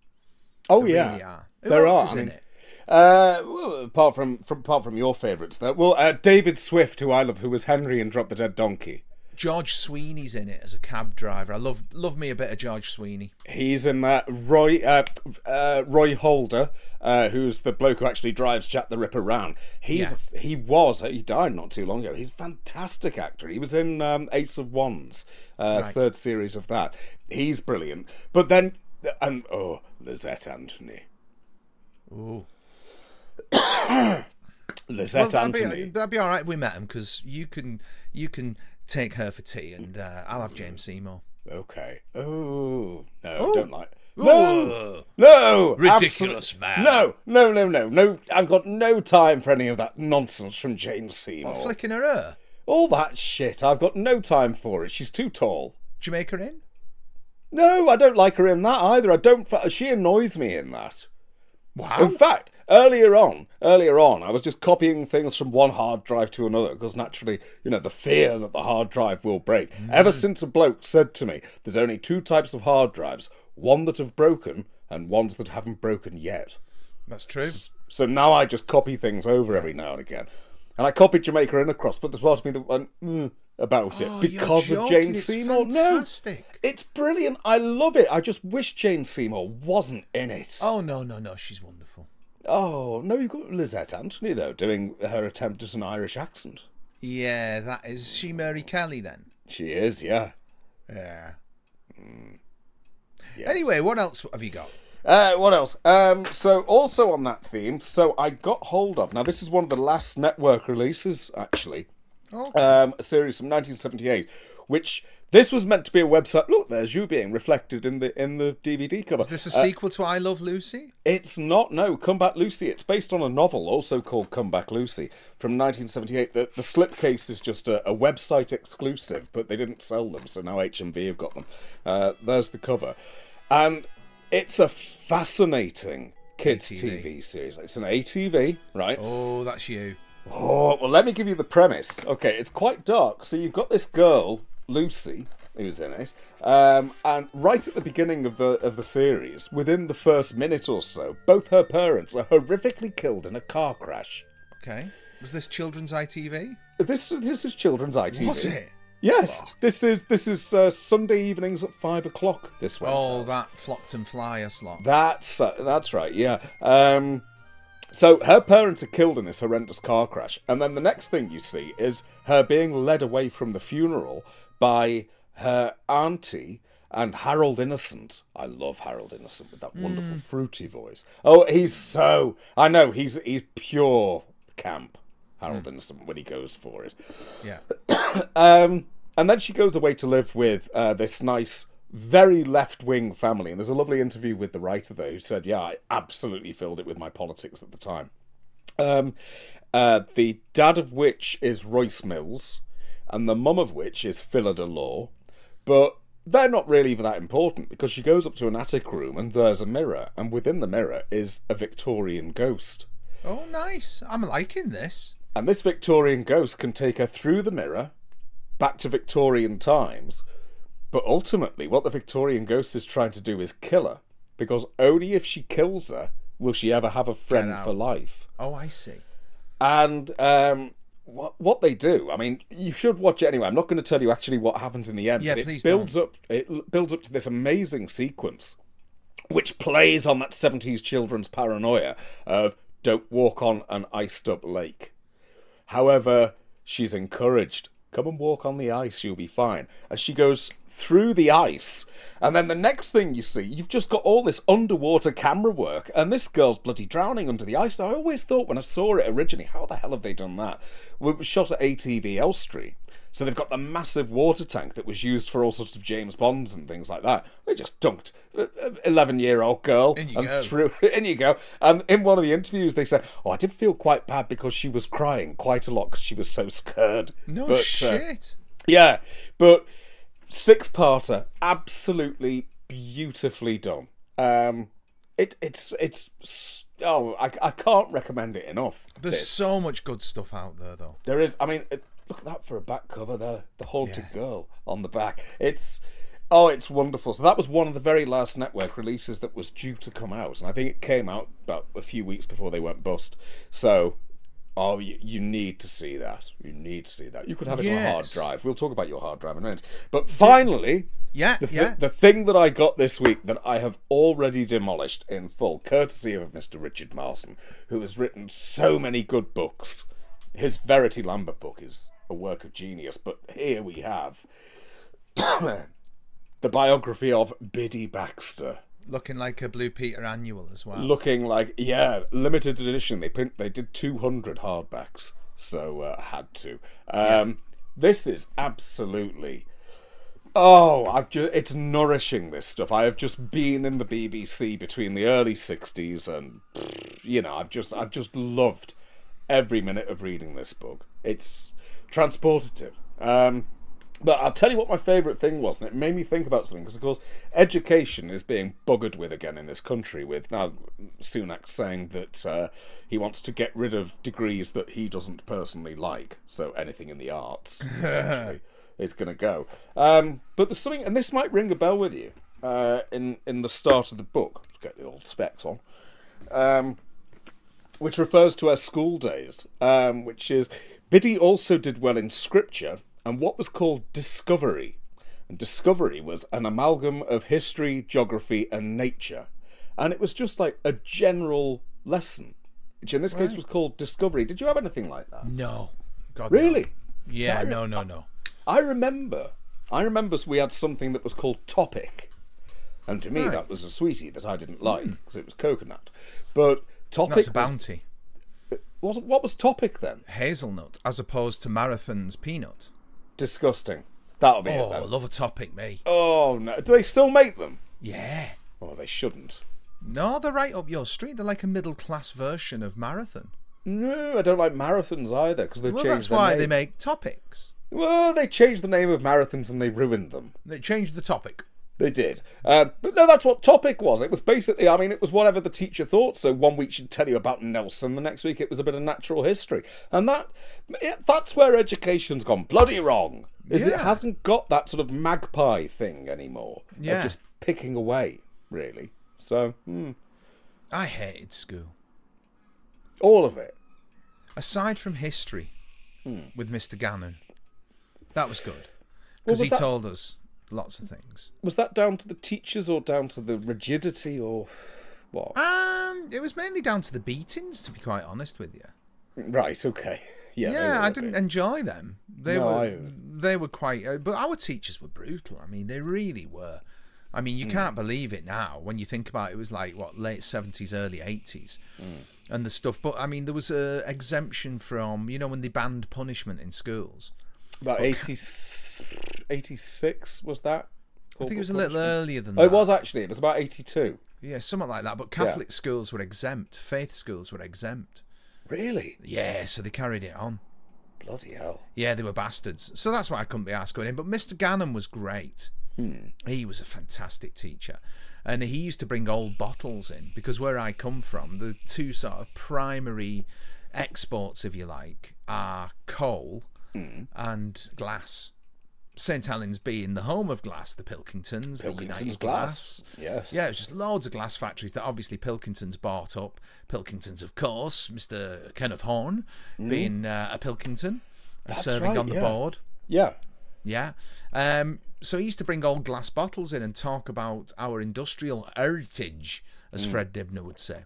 Speaker 1: Oh, yeah,
Speaker 2: really uh, are. Who
Speaker 1: there
Speaker 2: else
Speaker 1: are.
Speaker 2: is
Speaker 1: I
Speaker 2: in
Speaker 1: mean,
Speaker 2: it?
Speaker 1: Uh, well, apart from, from apart from your favourites, though. Well, uh, David Swift, who I love, who was Henry in Drop the Dead Donkey.
Speaker 2: George Sweeney's in it as a cab driver. I love love me a bit of George Sweeney.
Speaker 1: He's in that. Roy uh, uh, Roy Holder, uh, who's the bloke who actually drives Jack the Ripper round. He's he was he died not too long ago. He's a fantastic actor. He was in um, Ace of Wands, uh,
Speaker 2: Right.
Speaker 1: third series of that. He's brilliant. But then and oh, Lizette Anthony,
Speaker 2: Ooh. Well,
Speaker 1: (coughs) Lizette
Speaker 2: that'd be,
Speaker 1: Anthony.
Speaker 2: that'd be all right if we met him because you can you can take her for tea and uh, I'll have James Seymour.
Speaker 1: Okay. Oh no, don't like.
Speaker 2: Oh.
Speaker 1: No, no,
Speaker 2: Ridiculous
Speaker 1: absolute-
Speaker 2: man.
Speaker 1: No, no, no, no, no. I've got no time for any of that nonsense from James Seymour.
Speaker 2: Flicking her her.
Speaker 1: All that shit. I've got no time for it. She's too tall.
Speaker 2: Jamaica in?
Speaker 1: No, I don't like her in that either. I don't. fa- She annoys me in that. In
Speaker 2: Wow.
Speaker 1: fact, earlier on, earlier on, I was just copying things from one hard drive to another because naturally, you know, the fear that the hard drive will break. Ever
Speaker 2: Mm.
Speaker 1: since a bloke said to me, "There's only two types of hard drives: one that have broken and ones that haven't broken yet."
Speaker 2: That's true.
Speaker 1: So now I just copy things over every now and again, and I copied Jamaica in across, but there's part of me that went mm, about it
Speaker 2: Oh, you're
Speaker 1: because of
Speaker 2: joking,
Speaker 1: Jane
Speaker 2: it's
Speaker 1: Seymour.
Speaker 2: Fantastic.
Speaker 1: No, it's brilliant. I love it. I just wish Jane Seymour wasn't in it.
Speaker 2: Oh no no no, she's wonderful.
Speaker 1: Oh, no, you've got Lizette Anthony, though, doing her attempt at an Irish accent.
Speaker 2: Yeah, that is is she Mary Kelly then.
Speaker 1: She is, yeah.
Speaker 2: Yeah.
Speaker 1: Mm. Yes.
Speaker 2: Anyway, what else have you got?
Speaker 1: Uh, what else? Um, so, also on that theme, so I got hold of. Now, this is one of the last network releases, actually.
Speaker 2: Okay.
Speaker 1: Um, a series from 1978, which this was meant to be a website. Look, there's you being reflected in the in the DVD cover.
Speaker 2: Is this a
Speaker 1: Uh,
Speaker 2: sequel to I Love Lucy?
Speaker 1: It's not, no. Come Back Lucy. It's based on a novel also called Come Back Lucy from 1978. The, the slipcase is just a, a website exclusive, but they didn't sell them, so now HMV have got them. Uh, there's the cover. And it's a fascinating kids'
Speaker 2: ATV.
Speaker 1: TV series. It's an ATV, right?
Speaker 2: Oh, that's you.
Speaker 1: Oh, well, let me give you the premise. Okay, it's quite dark. So you've got this girl, Lucy, who's in it, um, and right at the beginning of the of the series, within the first minute or so, both her parents are horrifically killed in a car crash.
Speaker 2: Okay. Was this children's ITV?
Speaker 1: This this is children's ITV.
Speaker 2: Was it?
Speaker 1: Yes. This is this is uh, Sunday evenings at five o'clock. This went
Speaker 2: Oh,
Speaker 1: out.
Speaker 2: that Flockton Flyer slot.
Speaker 1: That's uh, that's right. Yeah. Um, so her parents are killed in this horrendous car crash, and then the next thing you see is her being led away from the funeral by her auntie and Harold Innocent. I love Harold Innocent with that wonderful fruity voice. Oh, he's so I know he's he's pure camp. Harold Innocent when he goes for it.
Speaker 2: Yeah.
Speaker 1: Um, and then she goes away to live with uh, this nice, very left wing family. And there's a lovely interview with the writer there who said, Yeah, I absolutely filled it with my politics at the time. Um, uh, the dad of which is Royce Mills, and the mum of which is Phillida Law. But they're not really that important because she goes up to an attic room and there's a mirror, and within the mirror is a Victorian ghost.
Speaker 2: Oh, nice. I'm liking this.
Speaker 1: And this Victorian ghost can take her through the mirror back to Victorian times. But ultimately, what the Victorian ghost is trying to do is kill her, because only if she kills her will she ever have a friend for life.
Speaker 2: Oh, I see.
Speaker 1: And um, what what they do, I mean, you should watch it anyway. I'm not going to tell you actually what happens in the end.
Speaker 2: Yeah,
Speaker 1: but
Speaker 2: please
Speaker 1: it builds up. It l- builds up to this amazing sequence, which plays on that 70s children's paranoia of don't walk on an iced up lake. However, she's encouraged. Come and walk on the ice, you'll be fine. As she goes through the ice. And then the next thing you see, you've just got all this underwater camera work, and this girl's bloody drowning under the ice. I always thought when I saw it originally, how the hell have they done that? Well, It was shot at ATV Elstree. So they've got the massive water tank that was used for all sorts of James Bonds and things like that. They just dunked an 11 year old girl
Speaker 2: In you
Speaker 1: and
Speaker 2: go.
Speaker 1: through (laughs) in you go and in one of the interviews they said oh i did feel quite bad because she was crying quite a lot because she was so scared
Speaker 2: No
Speaker 1: But, uh,
Speaker 2: shit.
Speaker 1: yeah but six parter absolutely beautifully done um it it's it's s- oh i, I can't recommend it enough
Speaker 2: There's so much good stuff out there, though.
Speaker 1: there is. I mean, it- look at that for a back cover. The the haunted girl on the back. It's Oh, it's wonderful. So that was one of the very last network releases that was due to come out, and I think it came out about a few weeks before they went bust. So, oh, you, you need to see that. You need to see that. You could have it on a hard
Speaker 2: Yes.
Speaker 1: drive. We'll talk about your hard drive in a minute. But finally,
Speaker 2: Yeah,
Speaker 1: the, thi-
Speaker 2: yeah.
Speaker 1: the thing that I got this week that I have already demolished in full, courtesy of Mr. Richard Marson, who has written so many good books. His Verity Lambert book is a work of genius, but here we have (coughs) the biography of Biddy Baxter.
Speaker 2: Looking like a Blue Peter annual as well.
Speaker 1: Looking like, yeah, limited edition. They print, they did 200 hardbacks, so uh, had to. Um, This is absolutely. Oh, I've ju- it's nourishing this stuff. I have just been in the BBC between the early 60s and you know, I've just I've just loved every minute of reading this book. It's transportative. Um, but I'll tell you what my favourite thing was, and it made me think about something because, of course, education is being buggered with again in this country. With now Sunak saying that uh, he wants to get rid of degrees that he doesn't personally like, so anything in the arts essentially is going to go. Um, but there's something, and this might ring a bell with you uh, in in the start of the book. Let's get the old specs on um, which refers to her school days, um, which is Biddy also did well in scripture and what was called discovery. And discovery was an amalgam of history, geography, and nature. And it was just like a general lesson, which in this case was called discovery. Did you have anything like that?
Speaker 2: No. God, no.
Speaker 1: Really?
Speaker 2: Yeah, no, no, no.
Speaker 1: I remember. I remember we had something that was called Topic. And to me, that was a sweetie that I didn't like because it was coconut. But Topic
Speaker 2: That's a
Speaker 1: was
Speaker 2: bounty.
Speaker 1: was what was topic then?
Speaker 2: Hazelnut as opposed to Marathon's peanut.
Speaker 1: Disgusting. That'll be
Speaker 2: Oh,
Speaker 1: it then.
Speaker 2: love a topic, me.
Speaker 1: Oh no! Do they still make them?
Speaker 2: Yeah.
Speaker 1: Oh, they shouldn't.
Speaker 2: No, they're right up your street. They're like a middle class version of Marathon.
Speaker 1: No, I don't like marathons either because they've
Speaker 2: Well,
Speaker 1: changed.
Speaker 2: that's
Speaker 1: their
Speaker 2: why
Speaker 1: name.
Speaker 2: they make topics.
Speaker 1: Well, they changed the name of marathons and they ruined them.
Speaker 2: They changed the topic.
Speaker 1: They did. Uh, but no, that's what topic was. It was basically, I mean, it was whatever the teacher thought. So one week she'd tell you about Nelson, the next week it was a bit of natural history, and that yeah, that's where education's gone bloody wrong. Is it
Speaker 2: Yeah.
Speaker 1: hasn't got that sort of magpie thing anymore? of
Speaker 2: Yeah.
Speaker 1: just picking away really. So hmm,
Speaker 2: I hated school.
Speaker 1: all of it.
Speaker 2: Aside from history
Speaker 1: Hmm.
Speaker 2: with Mr. Gannon, that was good. Because
Speaker 1: was
Speaker 2: he
Speaker 1: that-
Speaker 2: told us lots of things.
Speaker 1: Was that down to the teachers or down to the rigidity or what?
Speaker 2: Um, it was mainly down to the beatings, to be quite honest with you.
Speaker 1: Right. Okay. Yeah. they
Speaker 2: Yeah,
Speaker 1: were
Speaker 2: I
Speaker 1: a
Speaker 2: didn't
Speaker 1: bit-
Speaker 2: enjoy them. They
Speaker 1: No,
Speaker 2: were
Speaker 1: I-
Speaker 2: they were quite, uh, but our teachers were brutal. I mean, they really were. I mean,
Speaker 1: Hmm.
Speaker 2: you can't believe it now when you think about it. It was like what late seventies, early eighties,
Speaker 1: Hmm.
Speaker 2: and the stuff. But I mean, there was a exemption from you know when they banned punishment in schools.
Speaker 1: About 80, 86 was that?
Speaker 2: I think it was a little earlier than that.
Speaker 1: Oh, It was actually. It was about eighty-two.
Speaker 2: yeah, something like that. But Catholic schools were exempt. Faith schools were exempt.
Speaker 1: Really?
Speaker 2: Yeah, so they carried it on.
Speaker 1: Bloody hell!
Speaker 2: Yeah, they were bastards. So that's why I couldn't be asked going in. But Mr. Gannon was great.
Speaker 1: Hmm.
Speaker 2: He was a fantastic teacher. And he used to bring old bottles in because where I come from, the two sort of primary exports, if you like, are coal
Speaker 1: Hmm.
Speaker 2: and glass. St. Helens being the home of glass, the Pilkingtons, the
Speaker 1: Pilkington's
Speaker 2: United
Speaker 1: glass.
Speaker 2: Glass.
Speaker 1: Yes.
Speaker 2: Yeah, it was just loads of glass factories that obviously Pilkington's bought up. Pilkington's, of course, Mr. Kenneth Horn
Speaker 1: Hmm.
Speaker 2: being uh, a Pilkington, and serving
Speaker 1: right,
Speaker 2: on the
Speaker 1: yeah.
Speaker 2: board.
Speaker 1: Yeah.
Speaker 2: Yeah. Um, so he used to bring old glass bottles in and talk about our industrial heritage,
Speaker 1: Hmm.
Speaker 2: as Fred Dibner would say.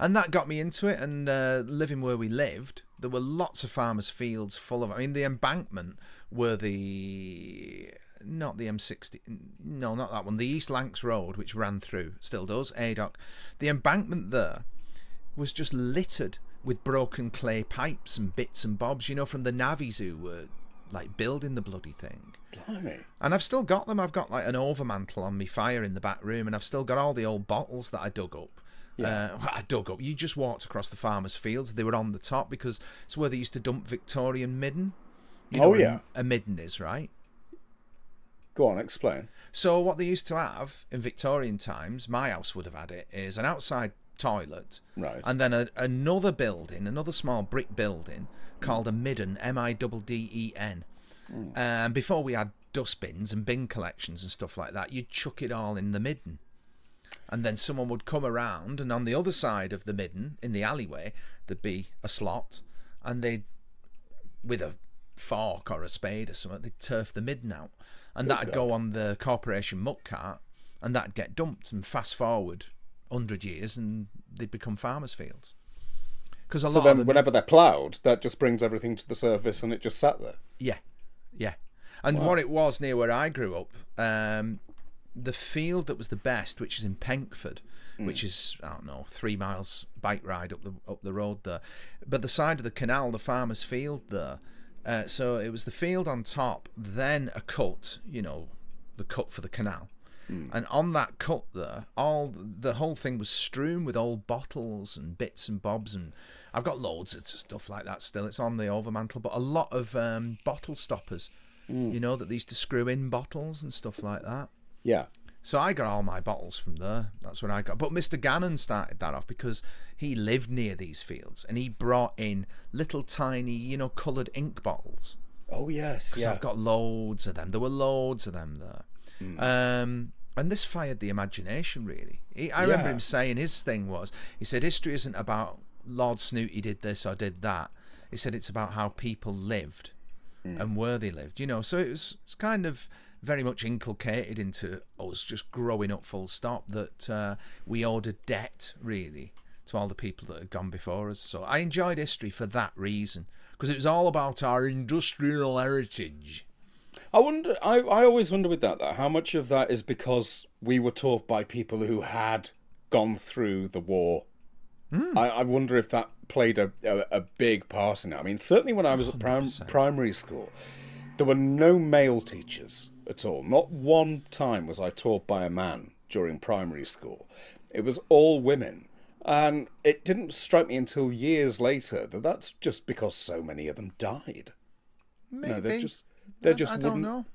Speaker 2: And that got me into it. And uh, living where we lived, there were lots of farmers' fields full of. I mean, the embankment were the not the M60, no, not that one. The East Lancs Road, which ran through, still does Adoc. The embankment there was just littered with broken clay pipes and bits and bobs. You know, from the navvies who were like building the bloody thing.
Speaker 1: Blimey.
Speaker 2: And I've still got them. I've got like an overmantel on me fire in the back room, and I've still got all the old bottles that I dug up. Uh, well, I dug up. You just walked across the farmers' fields. They were on the top because it's where they used to dump Victorian midden. You
Speaker 1: Oh,
Speaker 2: what a-
Speaker 1: yeah.
Speaker 2: a midden is right.
Speaker 1: Go on, explain.
Speaker 2: So what they used to have in Victorian times, my house would have had it, is an outside toilet,
Speaker 1: Right.
Speaker 2: and then a, another building, another small brick building called a midden, M I D D E N. And before we had dustbins and bin collections and stuff like that, you'd chuck it all in the midden. And then someone would come around, and on the other side of the midden, in the alleyway, there'd be a slot, and they'd, with a fork or a spade or something, they'd turf the midden out.
Speaker 1: Oh,
Speaker 2: And that'd go on the corporation muck cart, and that'd get dumped. And fast forward 100 years, and they'd become farmers' fields. Because a lot
Speaker 1: So
Speaker 2: of
Speaker 1: then,
Speaker 2: them,
Speaker 1: whenever they're ploughed, that just brings everything to the surface, and it just sat there.
Speaker 2: Yeah, yeah. And what it was near where I grew up, um, the field that was the best, which is in Penkford, which is I don't know three miles bike ride up the up the road there, but the side of the canal, the farmer's field there. Uh, so it was the field on top, then a cut, you know, the cut for the canal. And on that cut there, all the whole thing was strewn with old bottles and bits and bobs, and I've got loads of stuff like that still. It's on the overmantel, but a lot of um, bottle stoppers, you know, that they used to screw in bottles and stuff like that.
Speaker 1: Yeah.
Speaker 2: So I got all my bottles from there. That's what I got. But Mr. Gannon started that off because he lived near these fields and he brought in little tiny, you know, coloured ink bottles.
Speaker 1: Oh yes.
Speaker 2: So I've got loads of them. There were loads of them there. Um, and this fired the imagination, really. He, I remember
Speaker 1: Yeah.
Speaker 2: him saying his thing was he said, History isn't about Lord Snooty did this or did that. He said, It's about how people lived
Speaker 1: Hmm.
Speaker 2: and where they lived, you know. So it was, it's kind of very much inculcated into us just growing up full stop that uh, we owed a debt, really, to all the people that had gone before us. So I enjoyed history for that reason because it was all about our industrial heritage.
Speaker 1: I wonder. I, I always wonder with that, that how much of that is because we were taught by people who had gone through the war.
Speaker 2: Hmm.
Speaker 1: I, I wonder if that played a, a, a big part in it. I mean, certainly when I was at prim, primary school, there were no male teachers at all. Not one time was I taught by a man during primary school. It was all women. And it didn't strike me until years later that that's just because so many of them died.
Speaker 2: Maybe.
Speaker 1: No, they just they
Speaker 2: I,
Speaker 1: just
Speaker 2: I don't
Speaker 1: wouldn't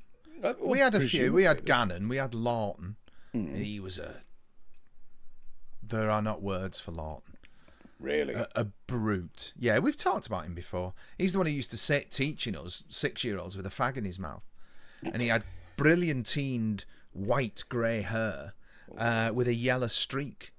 Speaker 2: know.
Speaker 1: uh,
Speaker 2: We had a few.
Speaker 1: presume-
Speaker 2: We had Gannon. We had Lawton.
Speaker 1: Hmm.
Speaker 2: He was a. There are not words for Lawton.
Speaker 1: Really?
Speaker 2: A brute. Yeah, we've talked about him before. He's the one who used to sit teaching us six year olds with a fag in his mouth. And he had brilliantined white grey hair uh, with a yellow streak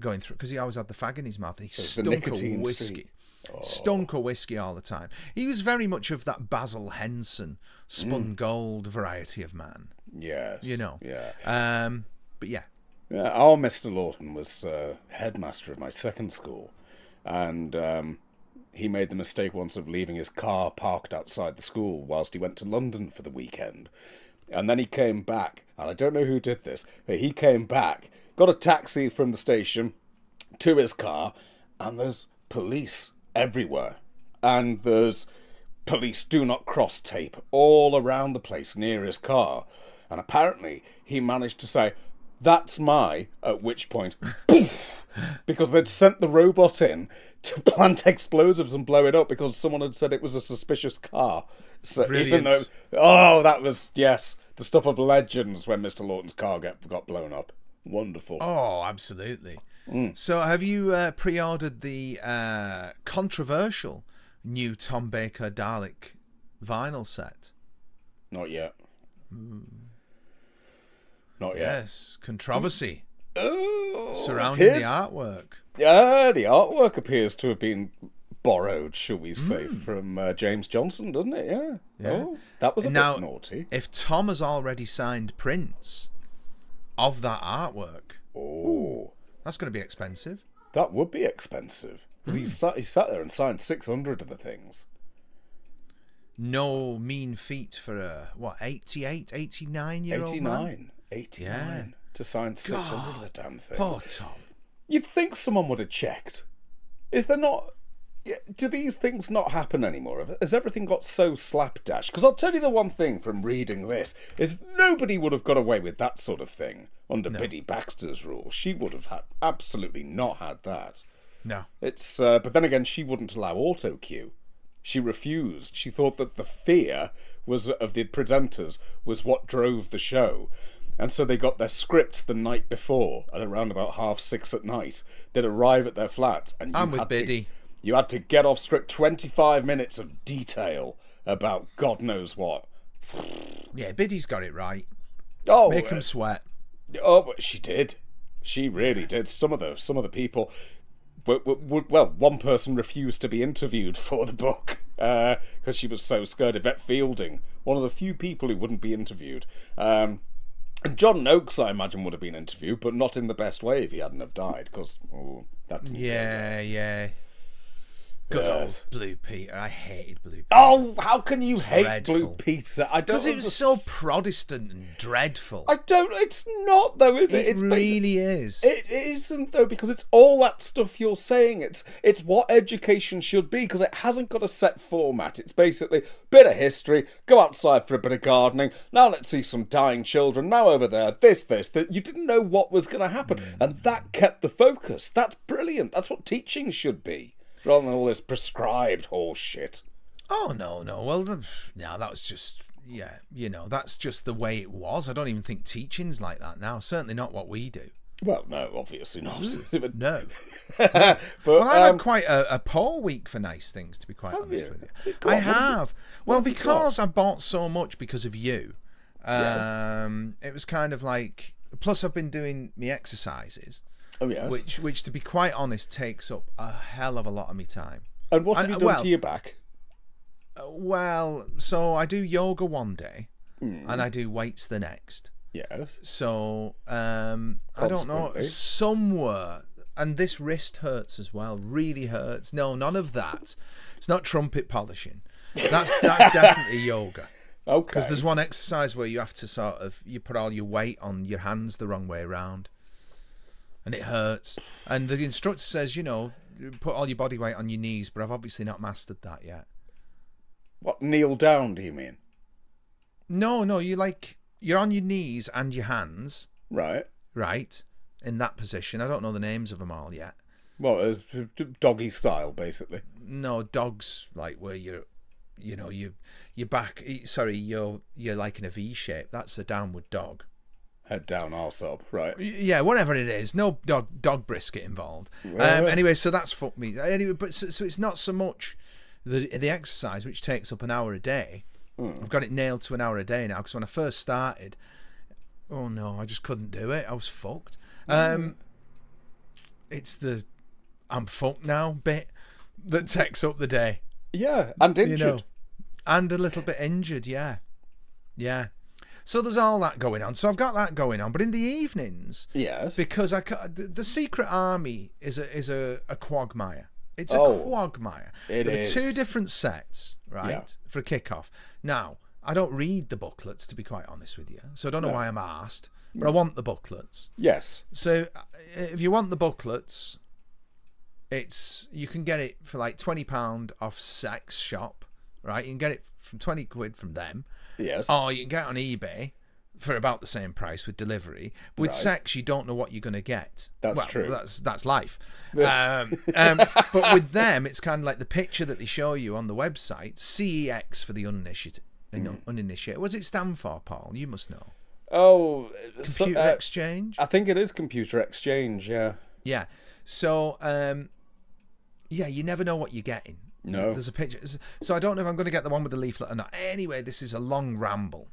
Speaker 2: going through because he always had the fag in his mouth. He
Speaker 1: the
Speaker 2: stunk a
Speaker 1: nicotine
Speaker 2: whiskey.
Speaker 1: streak. Oh.
Speaker 2: Stunk a whiskey all the time. He was very much of that Basil Henson
Speaker 1: Hmm.
Speaker 2: spun gold variety of man,
Speaker 1: yes.
Speaker 2: you know.
Speaker 1: Yeah.
Speaker 2: Um, but yeah,
Speaker 1: Yeah, Our Mr. Lawton was uh, headmaster of my second school, and um, he made the mistake once of leaving his car parked outside the school whilst he went to London for the weekend. And then he came back, and I don't know who did this, but he came back, got a taxi from the station, to his car, and there's police everywhere. And there's police do not cross tape all around the place near his car. And apparently, he managed to say, That's my, at which point, (laughs) poof, because they'd sent the robot in to (laughs) plant explosives and blow it up because someone had said it was a suspicious car. So even though,
Speaker 2: Brilliant.
Speaker 1: oh, that was, yes, the stuff of legends when Mr. Lawton's car get, got blown up. Wonderful.
Speaker 2: Oh, absolutely.
Speaker 1: Mm.
Speaker 2: So, have you uh, pre ordered the uh, controversial new Tom Baker Dalek vinyl set?
Speaker 1: Not yet.
Speaker 2: Hmm.
Speaker 1: Not yet.
Speaker 2: Yes. Controversy
Speaker 1: Oh,
Speaker 2: surrounding
Speaker 1: it
Speaker 2: the
Speaker 1: is.
Speaker 2: artwork.
Speaker 1: Ah, the artwork appears to have been borrowed, shall we say,
Speaker 2: Hmm.
Speaker 1: from uh, James Johnson, doesn't it? Yeah. Oh, that was a
Speaker 2: Now-
Speaker 1: bit naughty.
Speaker 2: If Tom has already signed prints of that artwork,
Speaker 1: Oh,
Speaker 2: that's going to be expensive.
Speaker 1: that would be expensive. Because
Speaker 2: Hmm.
Speaker 1: he, sat, he sat there and signed 600 of the things.
Speaker 2: No mean feat for a, what, 88, 89 year old Oh, man?
Speaker 1: 89. 89. To sign 600 of the damn things.
Speaker 2: Poor Oh, Tom.
Speaker 1: You'd think someone would have checked. Is there not? yeah, Do these things not happen anymore? Has everything got so slapdash? Because I'll tell you the one thing from reading this is nobody would have got away with that sort of thing under Biddy Baxter's rule. She would have had absolutely not had that.
Speaker 2: No.
Speaker 1: It's uh, but then again, she wouldn't allow auto cue. She refused. She thought that the fear was of the presenters was what drove the show, and so they got their scripts the night before at around about half six at night. They'd arrive at their flats, and you
Speaker 2: I'm with
Speaker 1: had to-
Speaker 2: Biddy.
Speaker 1: you had to get off script twenty five minutes of detail about God knows what.
Speaker 2: Yeah, Biddy's got it right.
Speaker 1: Oh,
Speaker 2: Make 'em
Speaker 1: uh,
Speaker 2: sweat.
Speaker 1: oh, but she did. She really did. Some of the some of the people. were- were- were- Well, one person refused to be interviewed for the book because she was so scared. Yvette Fielding, one of the few people who wouldn't be interviewed. Um, and John Noakes, I imagine, would have been interviewed, but not in the best way if he hadn't have died, because that didn't
Speaker 2: Yeah, yeah. Good
Speaker 1: Yes.
Speaker 2: old Blue Peter. I hated Blue Peter.
Speaker 1: Oh, how can you hate
Speaker 2: Dreadful.
Speaker 1: Blue Peter? I don't.
Speaker 2: Because it was so
Speaker 1: understand-
Speaker 2: Protestant and dreadful.
Speaker 1: I don't. It's not though, is it?
Speaker 2: it
Speaker 1: It's
Speaker 2: really is.
Speaker 1: It isn't though, because it's all that stuff you're saying. It's it's what education should be, because it hasn't got a set format. It's basically bit of history, go outside for a bit of gardening. Now let's see some dying children. Now over there, this, this, that. You didn't know what was going to happen,
Speaker 2: Mm.
Speaker 1: and that kept the focus. That's brilliant. That's what teaching should be, rather than all this prescribed horse shit.
Speaker 2: oh no, no. Well, th- no, that was just yeah. You know, that's just the way it was. I don't even think teaching's like that now. Certainly not what we do.
Speaker 1: Well, no, obviously not. but
Speaker 2: No.
Speaker 1: (laughs) but
Speaker 2: Mm. Well, I've
Speaker 1: um,
Speaker 2: had quite a, a poor week for nice things, to be quite honest
Speaker 1: you?
Speaker 2: with
Speaker 1: So
Speaker 2: you.
Speaker 1: go
Speaker 2: I
Speaker 1: on, what have you-
Speaker 2: have. Well, because I bought so much because of you. Um, It was kind of like. Plus, I've been doing my exercises,
Speaker 1: oh yes.
Speaker 2: which, which, to be quite honest, takes up a hell of a lot of my time.
Speaker 1: and what have
Speaker 2: and-
Speaker 1: you done
Speaker 2: well-
Speaker 1: to your back?
Speaker 2: Uh, Well, so I do yoga one day, and I do weights the next.
Speaker 1: Yes.
Speaker 2: So um, I don't know
Speaker 1: Consequently.
Speaker 2: somewhere, and this wrist hurts as well. Really hurts. No, none of that. It's not trumpet polishing. That's that's definitely yoga.
Speaker 1: Okay.
Speaker 2: There's one exercise where you have to sort of you put all your weight on your hands the wrong way around, and it hurts. And the instructor says, you know, put all your body weight on your knees, but I've obviously not mastered that yet.
Speaker 1: What kneel down? Do you mean?
Speaker 2: No, no, you like you're on your knees and your hands,
Speaker 1: Right.
Speaker 2: right? In that position. I don't know the names of them all yet.
Speaker 1: Well, it's doggy style, basically.
Speaker 2: No, dogs like where you're you know, you your back eh, sorry, you're you're like in a V shape. That's a downward dog.
Speaker 1: Head down, arse up. Right.
Speaker 2: Y- Yeah, whatever it is. No dog dog brisket involved. Um,
Speaker 1: Well-
Speaker 2: anyway, so that's fucked me. Anyway, but so, so it's not so much the the exercise which takes up an hour a day. I've got it nailed to an hour a day now because when I first started, oh no, I just couldn't do it. I was fucked. Um, It's the I'm fucked now bit that takes up the day.
Speaker 1: Yeah, and
Speaker 2: You
Speaker 1: injured.
Speaker 2: know, and a little bit injured. Yeah, yeah. So there's all that going on. So I've got that going on, but in the evenings
Speaker 1: Yes.
Speaker 2: because I ca- the, the secret army is a is a, a quagmire. It's a
Speaker 1: Oh,
Speaker 2: quagmire.
Speaker 1: it
Speaker 2: there
Speaker 1: is.
Speaker 2: are two different sets, right,
Speaker 1: Yeah.
Speaker 2: for a kickoff. Now I don't read the booklets to be quite honest with you, so I don't know why I'm asked, but I want the booklets.
Speaker 1: yes.
Speaker 2: So uh, if you want the booklets, it's you can get it for like twenty pound off Sex Shop, right? You can get it from twenty quid from them.
Speaker 1: Yes.
Speaker 2: Oh, you can get it on eBay for about the same price with delivery. But with sex, you don't know what you're going to get.
Speaker 1: That's
Speaker 2: Well,
Speaker 1: true.
Speaker 2: That's that's life. um,
Speaker 1: (laughs)
Speaker 2: um, but with them, it's kind of like the picture that they show you on the website. CEX for the uninitiated.
Speaker 1: Mm.
Speaker 2: Uninitiated. What does it stand for, Paul? You must know.
Speaker 1: Oh, so-
Speaker 2: Computer
Speaker 1: uh,
Speaker 2: exchange.
Speaker 1: I think it is computer exchange. Yeah.
Speaker 2: Yeah. So, um, yeah, you never know what you're getting.
Speaker 1: No.
Speaker 2: There's a picture. So I don't know if I'm going to get the one with the leaflet or not. Anyway, this is a long ramble.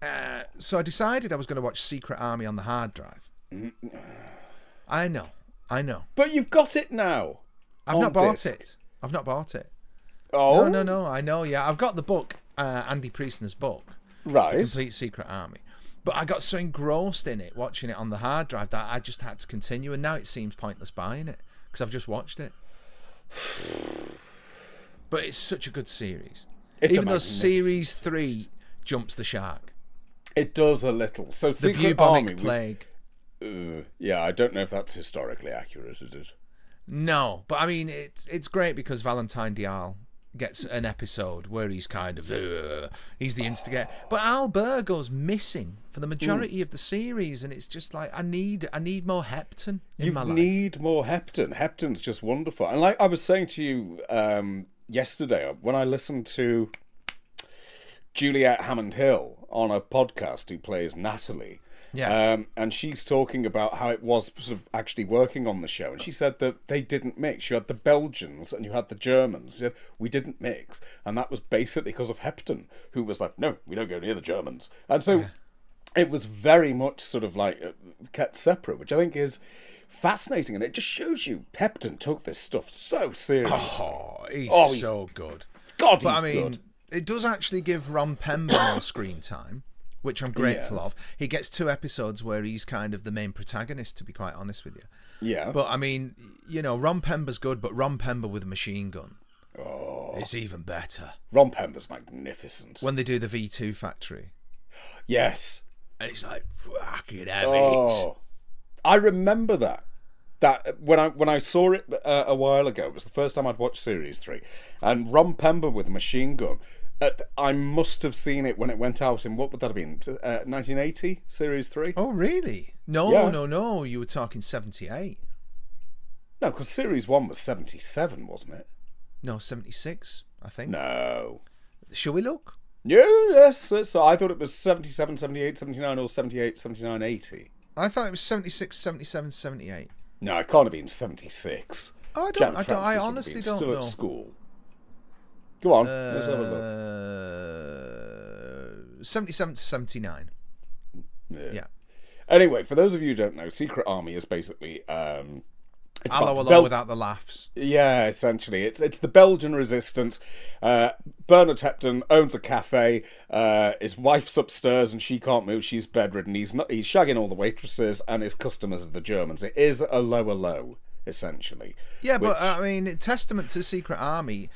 Speaker 2: Uh, so I decided I was going to watch Secret Army on the hard drive. I know. I know.
Speaker 1: But you've got it now.
Speaker 2: I've
Speaker 1: On
Speaker 2: not bought
Speaker 1: disc.
Speaker 2: it. I've not bought it.
Speaker 1: Oh.
Speaker 2: No, no, no. I know. Yeah. I've got the book, uh, Andy Priestner's book.
Speaker 1: Right.
Speaker 2: Complete Secret Army. But I got so engrossed in it, watching it on the hard drive, that I just had to continue. And now it seems pointless buying it because I've just watched it. But it's such a good series.
Speaker 1: It's a
Speaker 2: Even though
Speaker 1: magnificent
Speaker 2: series three jumps the shark,
Speaker 1: It does a little. So
Speaker 2: the
Speaker 1: Secret
Speaker 2: bubonic
Speaker 1: Army. we-
Speaker 2: plague.
Speaker 1: uh, yeah, I don't know if that's historically accurate, is it?
Speaker 2: No, but I mean it's it's great because Valentine Dial gets an episode where he's kind of "Ugh," he's the instigator, but Al Burr goes missing for the majority of the series, and it's just like I need I need more Hepton in
Speaker 1: You
Speaker 2: my life.
Speaker 1: need more Hepton. Hepton's just wonderful. And like I was saying to you um, yesterday, when I listened to Juliet Hammond Hill on a podcast who plays Natalie,
Speaker 2: Yeah.
Speaker 1: Um, and she's talking about how it was sort of actually working on the show. And she said that they didn't mix. You had the Belgians and you had the Germans. She said, we didn't mix. And that was basically because of Hepton, who was like, no, we don't go near the Germans. And so it was very much sort of like uh, kept separate, which I think is fascinating. And it just shows you Hepton took this stuff so seriously.
Speaker 2: Oh, he's
Speaker 1: Oh, he's-
Speaker 2: so good.
Speaker 1: God,
Speaker 2: But
Speaker 1: he's
Speaker 2: I mean,
Speaker 1: good.
Speaker 2: it does actually give Ron Pember more screen time, which I'm grateful of. He gets two episodes where he's kind of the main protagonist, to be quite honest with you.
Speaker 1: Yeah.
Speaker 2: But I mean, you know, Ron Pember's good, but Ron Pember with a machine gun. Oh. It's even better
Speaker 1: Ron Pember's magnificent.
Speaker 2: when they do the V2 factory.
Speaker 1: yes.
Speaker 2: It's like fucking heavy.
Speaker 1: Oh, I remember that. That uh, when I when I saw it uh, a while ago, it was the first time I'd watched Series Three, and Ron Pember with a machine gun. Uh, I must have seen it when it went out in what would that have been? Uh, 1980 Series Three?
Speaker 2: Oh, really? No,
Speaker 1: Yeah.
Speaker 2: no, no. You were talking 78.
Speaker 1: No, because Series One was 77, wasn't it?
Speaker 2: No, 76, I think.
Speaker 1: No.
Speaker 2: Shall we look?
Speaker 1: Yeah, yes. So I thought it was 77, 78, 79, or 78, 79, 80.
Speaker 2: I thought it was 76, 77, 78.
Speaker 1: No, it can't have been 76.
Speaker 2: Oh, I
Speaker 1: Jan
Speaker 2: don't, I, don't, I
Speaker 1: Francis would have
Speaker 2: honestly
Speaker 1: been
Speaker 2: don't
Speaker 1: still
Speaker 2: know.
Speaker 1: at school. Go on, let's have a look.
Speaker 2: Uh, 77 to 79.
Speaker 1: Yeah.
Speaker 2: Yeah.
Speaker 1: Anyway, for those of you who don't know, Secret Army is basically um, it's
Speaker 2: Allo,
Speaker 1: about the
Speaker 2: allo
Speaker 1: Bel-
Speaker 2: without the laughs.
Speaker 1: yeah, essentially, it's it's the Belgian resistance. Uh, Bernard Hepton owns a cafe. Uh, his wife's upstairs and she can't move; she's bedridden. He's not, he's shagging all the waitresses, and his customers are the Germans. It is a lower low, essentially.
Speaker 2: Yeah,
Speaker 1: Which-
Speaker 2: but I mean, testament to Secret Army,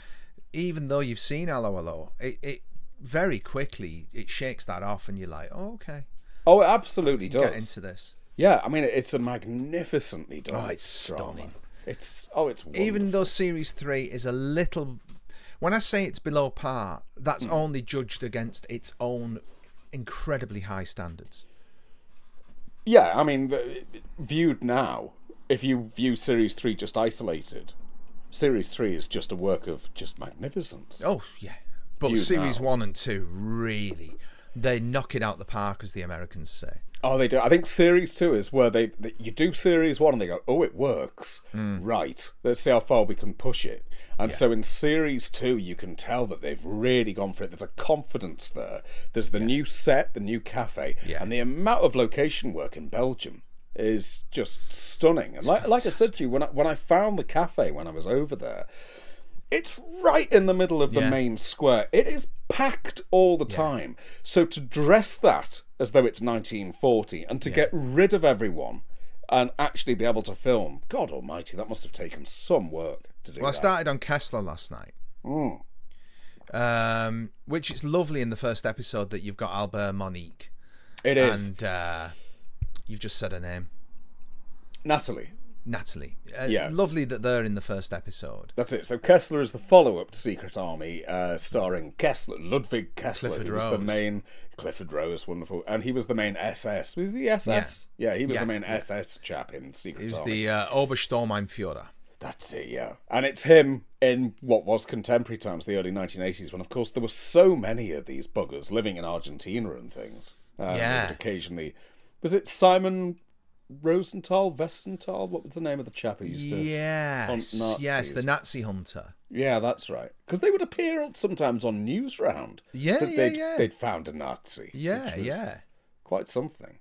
Speaker 2: even though you've seen Allo, allo, it, it very quickly it shakes that off, and you're like, oh, okay,
Speaker 1: oh, it absolutely does.
Speaker 2: get into this.
Speaker 1: yeah, I mean, it's a magnificently done.
Speaker 2: Oh, it's
Speaker 1: drama.
Speaker 2: stunning.
Speaker 1: It's oh, it's wonderful.
Speaker 2: Even though Series 3 is a little. When I say it's below par, that's only judged against its own incredibly high standards.
Speaker 1: Yeah, I mean, the- viewed now, if you view Series 3 just isolated, Series 3 is just a work of just magnificence.
Speaker 2: Oh yeah, but
Speaker 1: Few
Speaker 2: series
Speaker 1: now.
Speaker 2: one and two really they knock it out the park, as the Americans say.
Speaker 1: Oh, they do. I think Series 2 is where they, th you do Series 1 and they go, oh, it works. Right, let's see how far we can push it. And so in Series 2, you can tell that they've really gone for it. There's a confidence there. There's the new set, the new cafe,
Speaker 2: Yeah.
Speaker 1: and the amount of location work in Belgium is just stunning. And like, like I said to you, when I, when I found the cafe when I was over there, it's right in the middle of the
Speaker 2: Yeah.
Speaker 1: main square. It is packed all the time. So to dress that as though it's 1940 and to get rid of everyone and actually be able to film, God Almighty, that must have taken some work to do.
Speaker 2: Well, I
Speaker 1: that.
Speaker 2: started on Kessler last night,
Speaker 1: Mm.
Speaker 2: um, which is lovely in the first episode that you've got Albert Monique
Speaker 1: It is
Speaker 2: and uh, you've just said her name,
Speaker 1: Natalie.
Speaker 2: Natalie. Uh,
Speaker 1: Yeah.
Speaker 2: Lovely that they're in the first episode.
Speaker 1: That's it. So Kessler is the follow-up to Secret Army, uh, starring Kessler, Ludwig Kessler,
Speaker 2: Clifford
Speaker 1: who was the
Speaker 2: Rose.
Speaker 1: main Clifford Rose, wonderful, and he was the main SS. Was he SS? Yeah, he was
Speaker 2: Yeah,
Speaker 1: the main SS chap in Secret
Speaker 2: It was
Speaker 1: Army.
Speaker 2: the uh, Obersturmeinführer.
Speaker 1: That's it, yeah. And it's him in what was contemporary times, the early 1980s, when, of course, there were so many of these buggers living in Argentina and things. Uh, they
Speaker 2: Yeah.
Speaker 1: would Occasionally. Was it Simon Rosenthal? Vestenthal? What was the name of the chap who used to. Yeah,
Speaker 2: Yes,
Speaker 1: hunt
Speaker 2: yes,
Speaker 1: Nazis.
Speaker 2: the Nazi hunter.
Speaker 1: that's right. Because they would appear on- sometimes on Newsround.
Speaker 2: Yeah,
Speaker 1: that
Speaker 2: yeah,
Speaker 1: they'd,
Speaker 2: yeah.
Speaker 1: They'd found a Nazi.
Speaker 2: Yeah,
Speaker 1: which was
Speaker 2: yeah.
Speaker 1: Quite something.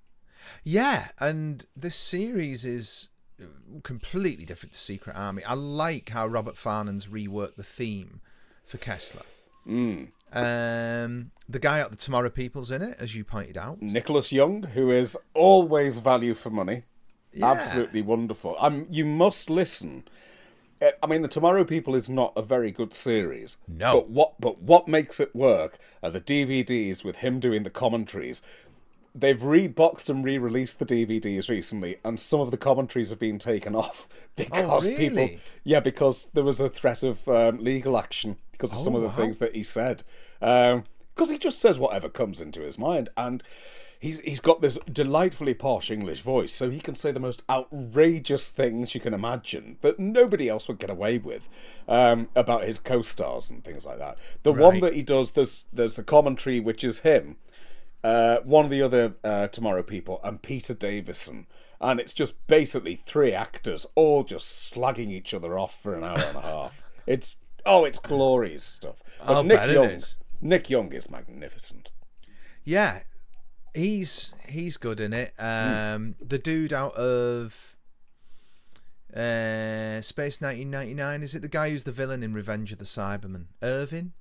Speaker 2: Yeah, and this series is uh, completely different to Secret Army. I like how Robert Farnan's reworked the theme for Kessler.
Speaker 1: Mm.
Speaker 2: Um, the guy at the Tomorrow People's in it, as you pointed out.
Speaker 1: Nicholas Young, who is always value for money.
Speaker 2: Yeah.
Speaker 1: Absolutely wonderful. Um, you must listen. Uh, I mean, the Tomorrow People is not a very good series.
Speaker 2: No.
Speaker 1: But what but what makes it work are the DVDs with him doing the commentaries. They've reboxed and re-released the DVDs recently, and some of the commentaries have been taken (laughs) off because people,
Speaker 2: Oh, really?
Speaker 1: yeah, because there was a threat of um, legal action because of
Speaker 2: Oh,
Speaker 1: some of the things that he said. Because he just says whatever comes into his mind, and he's he's got this delightfully posh English voice, so he can say the most outrageous things you can imagine that nobody else would get away with um, about his co-stars and things like that. The one
Speaker 2: Right.
Speaker 1: that he does, there's there's a commentary which is him uh, one of the other uh, Tomorrow people, and Peter Davison. And it's just basically three actors all just slagging each other off for an hour and a half. It's oh, it's glorious stuff. But
Speaker 2: I'll
Speaker 1: Nick
Speaker 2: bet it
Speaker 1: Young,
Speaker 2: is.
Speaker 1: Nick Young is magnificent.
Speaker 2: Yeah, he's he's good in it.
Speaker 1: Mm.
Speaker 2: Um, The dude out of uh, Space 1999 is it the guy who's the villain in Revenge of the Cybermen? Irvin.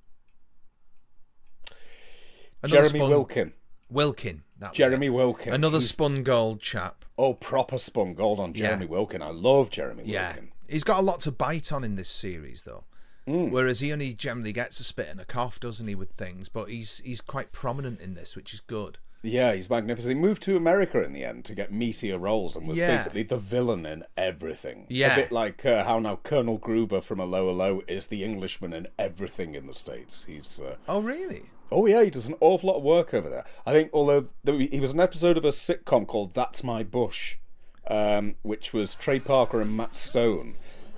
Speaker 2: Another
Speaker 1: Jeremy
Speaker 2: spun-
Speaker 1: Wilkin,
Speaker 2: Wilkin. That was it.
Speaker 1: Jeremy Wilkin,
Speaker 2: Another
Speaker 1: He's-
Speaker 2: spun gold chap.
Speaker 1: oh proper spun gold on Jeremy Wilkin. I love Jeremy
Speaker 2: Yeah.
Speaker 1: Wilkin.
Speaker 2: He's got a lot to bite on in this series, though. Whereas he only generally gets a spit and a cough, doesn't he, with things? But he's he's quite prominent in this, which is good.
Speaker 1: Yeah, he's magnificent. He moved to America in the end to get meatier roles and was
Speaker 2: Yeah.
Speaker 1: basically the villain in everything.
Speaker 2: Yeah.
Speaker 1: A bit like uh, how now Colonel Gruber from A Lower Low is the Englishman in everything in the States. He's. Uh,
Speaker 2: Oh, really?
Speaker 1: oh, yeah, he does an awful lot of work over there. I think, although there, he was an episode of a sitcom called That's My Bush, um, which was Trey Parker and Matt Stone.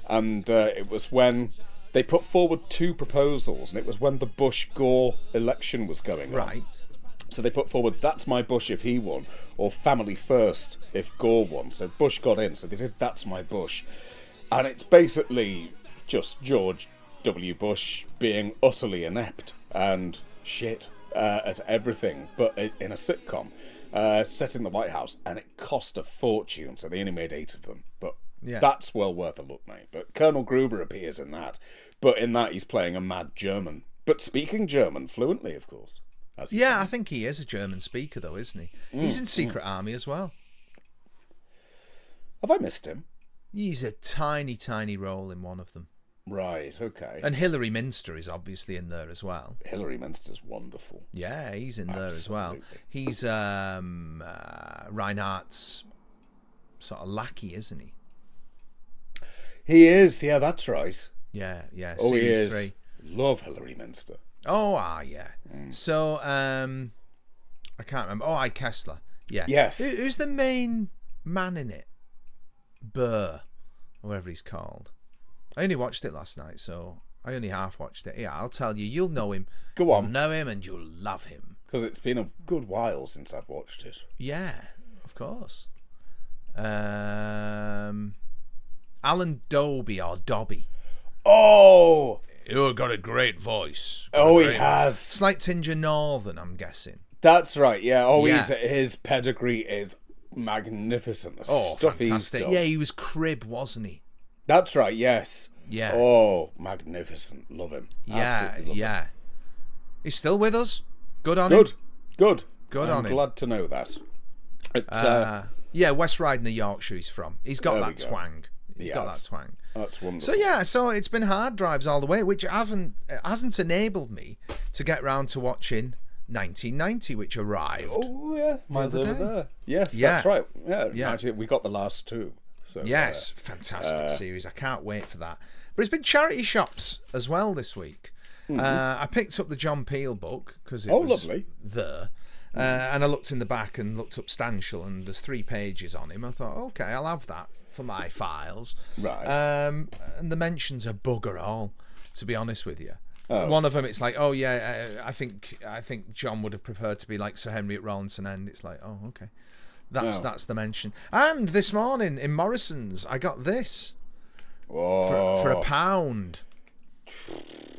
Speaker 1: And uh, it was when. They put forward two proposals, and it was when the Bush Gore election was going on.
Speaker 2: Right.
Speaker 1: So they put forward That's My Bush if he won, or Family First if Gore won. So Bush got in, so they did That's My Bush. And it's basically just George W. Bush being utterly inept and shit uh, at everything, but i- in a sitcom uh, set in the White House, and it cost a fortune, so they only made eight of them. But
Speaker 2: Yeah.
Speaker 1: that's well worth a look, mate. But Colonel Gruber appears in that, but in that he's playing a mad German, but speaking German fluently, of course. as he
Speaker 2: Yeah, I think he is a German speaker, though, isn't he? He's
Speaker 1: Mm.
Speaker 2: in Secret Army as well.
Speaker 1: Have I missed him?
Speaker 2: He's a tiny, tiny role in one of them.
Speaker 1: Right, okay.
Speaker 2: And Hilary Minster is obviously in there as well.
Speaker 1: Hillary Minster's wonderful.
Speaker 2: Yeah, he's in there as well.
Speaker 1: Absolutely.
Speaker 2: He's um, uh, Reinhardt's sort of lackey, isn't he?
Speaker 1: He is, yeah, that's right.
Speaker 2: Yeah, yeah.
Speaker 1: Oh, he
Speaker 2: series
Speaker 1: is.
Speaker 2: three.
Speaker 1: Love Hillary Minster.
Speaker 2: Oh, ah, yeah. So, um, I can't remember. Oh, I Kessler. Yeah.
Speaker 1: Yes.
Speaker 2: Who, who's the main man in it? Burr, or whatever he's called. I only watched it last night, so I only half watched it. Yeah, I'll tell you. You'll know him.
Speaker 1: Go
Speaker 2: You'll
Speaker 1: on,
Speaker 2: know him, and you'll love him.
Speaker 1: because it's been a good while since I've watched it.
Speaker 2: Yeah, of course. Um, Alan Dobie or Dobby.
Speaker 1: Oh,
Speaker 2: Who got a great voice.
Speaker 1: oh, he has.
Speaker 2: Slight tinge of northern, I'm guessing.
Speaker 1: That's right, yeah. Oh,
Speaker 2: Yeah.
Speaker 1: he's his pedigree is magnificent. The
Speaker 2: Oh,
Speaker 1: stuff
Speaker 2: fantastic!
Speaker 1: he's done.
Speaker 2: Yeah, he was crib, wasn't he?
Speaker 1: That's right, yes.
Speaker 2: Yeah.
Speaker 1: Oh, magnificent. Love him.
Speaker 2: Yeah,
Speaker 1: Absolutely love him.
Speaker 2: yeah. He's still with us. Good on
Speaker 1: Good,
Speaker 2: him.
Speaker 1: good.
Speaker 2: Good
Speaker 1: I'm
Speaker 2: on him.
Speaker 1: glad to know that. It's, uh,
Speaker 2: Uh, yeah, West Riding of Yorkshire. He's from. He's got
Speaker 1: There we
Speaker 2: that
Speaker 1: go.
Speaker 2: twang. He's got
Speaker 1: Yes.
Speaker 2: that twang.
Speaker 1: that's wonderful.
Speaker 2: So yeah, so it's been hard drives all the way, which haven't uh, hasn't enabled me to get round to watching 1990, which arrived.
Speaker 1: Oh yeah, mine's
Speaker 2: other
Speaker 1: over
Speaker 2: day.
Speaker 1: there. Yes,
Speaker 2: Yeah.
Speaker 1: that's right. Yeah,
Speaker 2: Yeah.
Speaker 1: actually, we got the last two. So
Speaker 2: Yes, fantastic
Speaker 1: Uh.
Speaker 2: series. I can't wait for that. But it's been charity shops as well this week. Uh, I picked up the John Peel book because it
Speaker 1: Mm-hmm. Oh,
Speaker 2: was
Speaker 1: lovely.
Speaker 2: there. Uh,
Speaker 1: Mm.
Speaker 2: and I looked in the back and looked up Stanchel, and there's three pages on him. I thought, okay, I'll have that for my files.
Speaker 1: Right.
Speaker 2: Um, and the mentions are bugger all, to be honest with you. One of them, it's like, oh yeah, uh, I think I think John would have preferred to be like Sir Henry at Rawlinson End. It's like, oh okay, that's
Speaker 1: Oh.
Speaker 2: that's the mention. And this morning in Morrison's, I got this
Speaker 1: uh, oh,
Speaker 2: for a pound.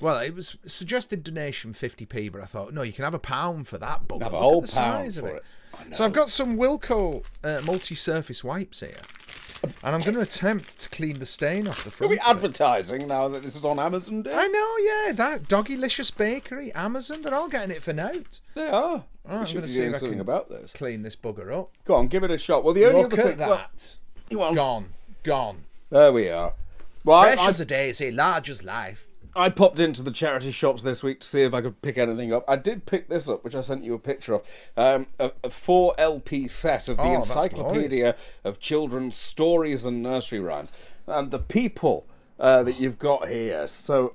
Speaker 2: Well, it was suggested donation 50p, but I thought, no, you can have a pound for that bugger.
Speaker 1: Have a
Speaker 2: Look
Speaker 1: whole
Speaker 2: at the
Speaker 1: pound
Speaker 2: size
Speaker 1: for
Speaker 2: of it.
Speaker 1: it. I
Speaker 2: So I've got some Wilco uh, multi-surface wipes here, and I'm going to attempt to clean the stain off the
Speaker 1: Are
Speaker 2: front.
Speaker 1: we
Speaker 2: of it.
Speaker 1: advertising now that this is on Amazon? Day?
Speaker 2: I know, yeah, that Doggylicious Bakery, Amazon, they're all getting it for note.
Speaker 1: They
Speaker 2: Oh,
Speaker 1: are.
Speaker 2: I'm
Speaker 1: we should
Speaker 2: gonna
Speaker 1: be
Speaker 2: see
Speaker 1: doing
Speaker 2: if I
Speaker 1: something
Speaker 2: can-
Speaker 1: about this.
Speaker 2: Clean this bugger up.
Speaker 1: Go on, give it a shot. Well, the only
Speaker 2: Look
Speaker 1: other
Speaker 2: at
Speaker 1: thing. well,
Speaker 2: that.
Speaker 1: you want-
Speaker 2: Gone, gone.
Speaker 1: there we are. Well, I,
Speaker 2: Fresh
Speaker 1: I,
Speaker 2: as a daisy, large as life.
Speaker 1: I popped into the charity shops this week to see if I could pick anything up. I did pick this up, which I sent you a picture of. Um, a, a four LP set of the
Speaker 2: Oh, that's
Speaker 1: Encyclopedia of Children's Stories and Nursery Rhymes, and the people uh, that you've got here. So,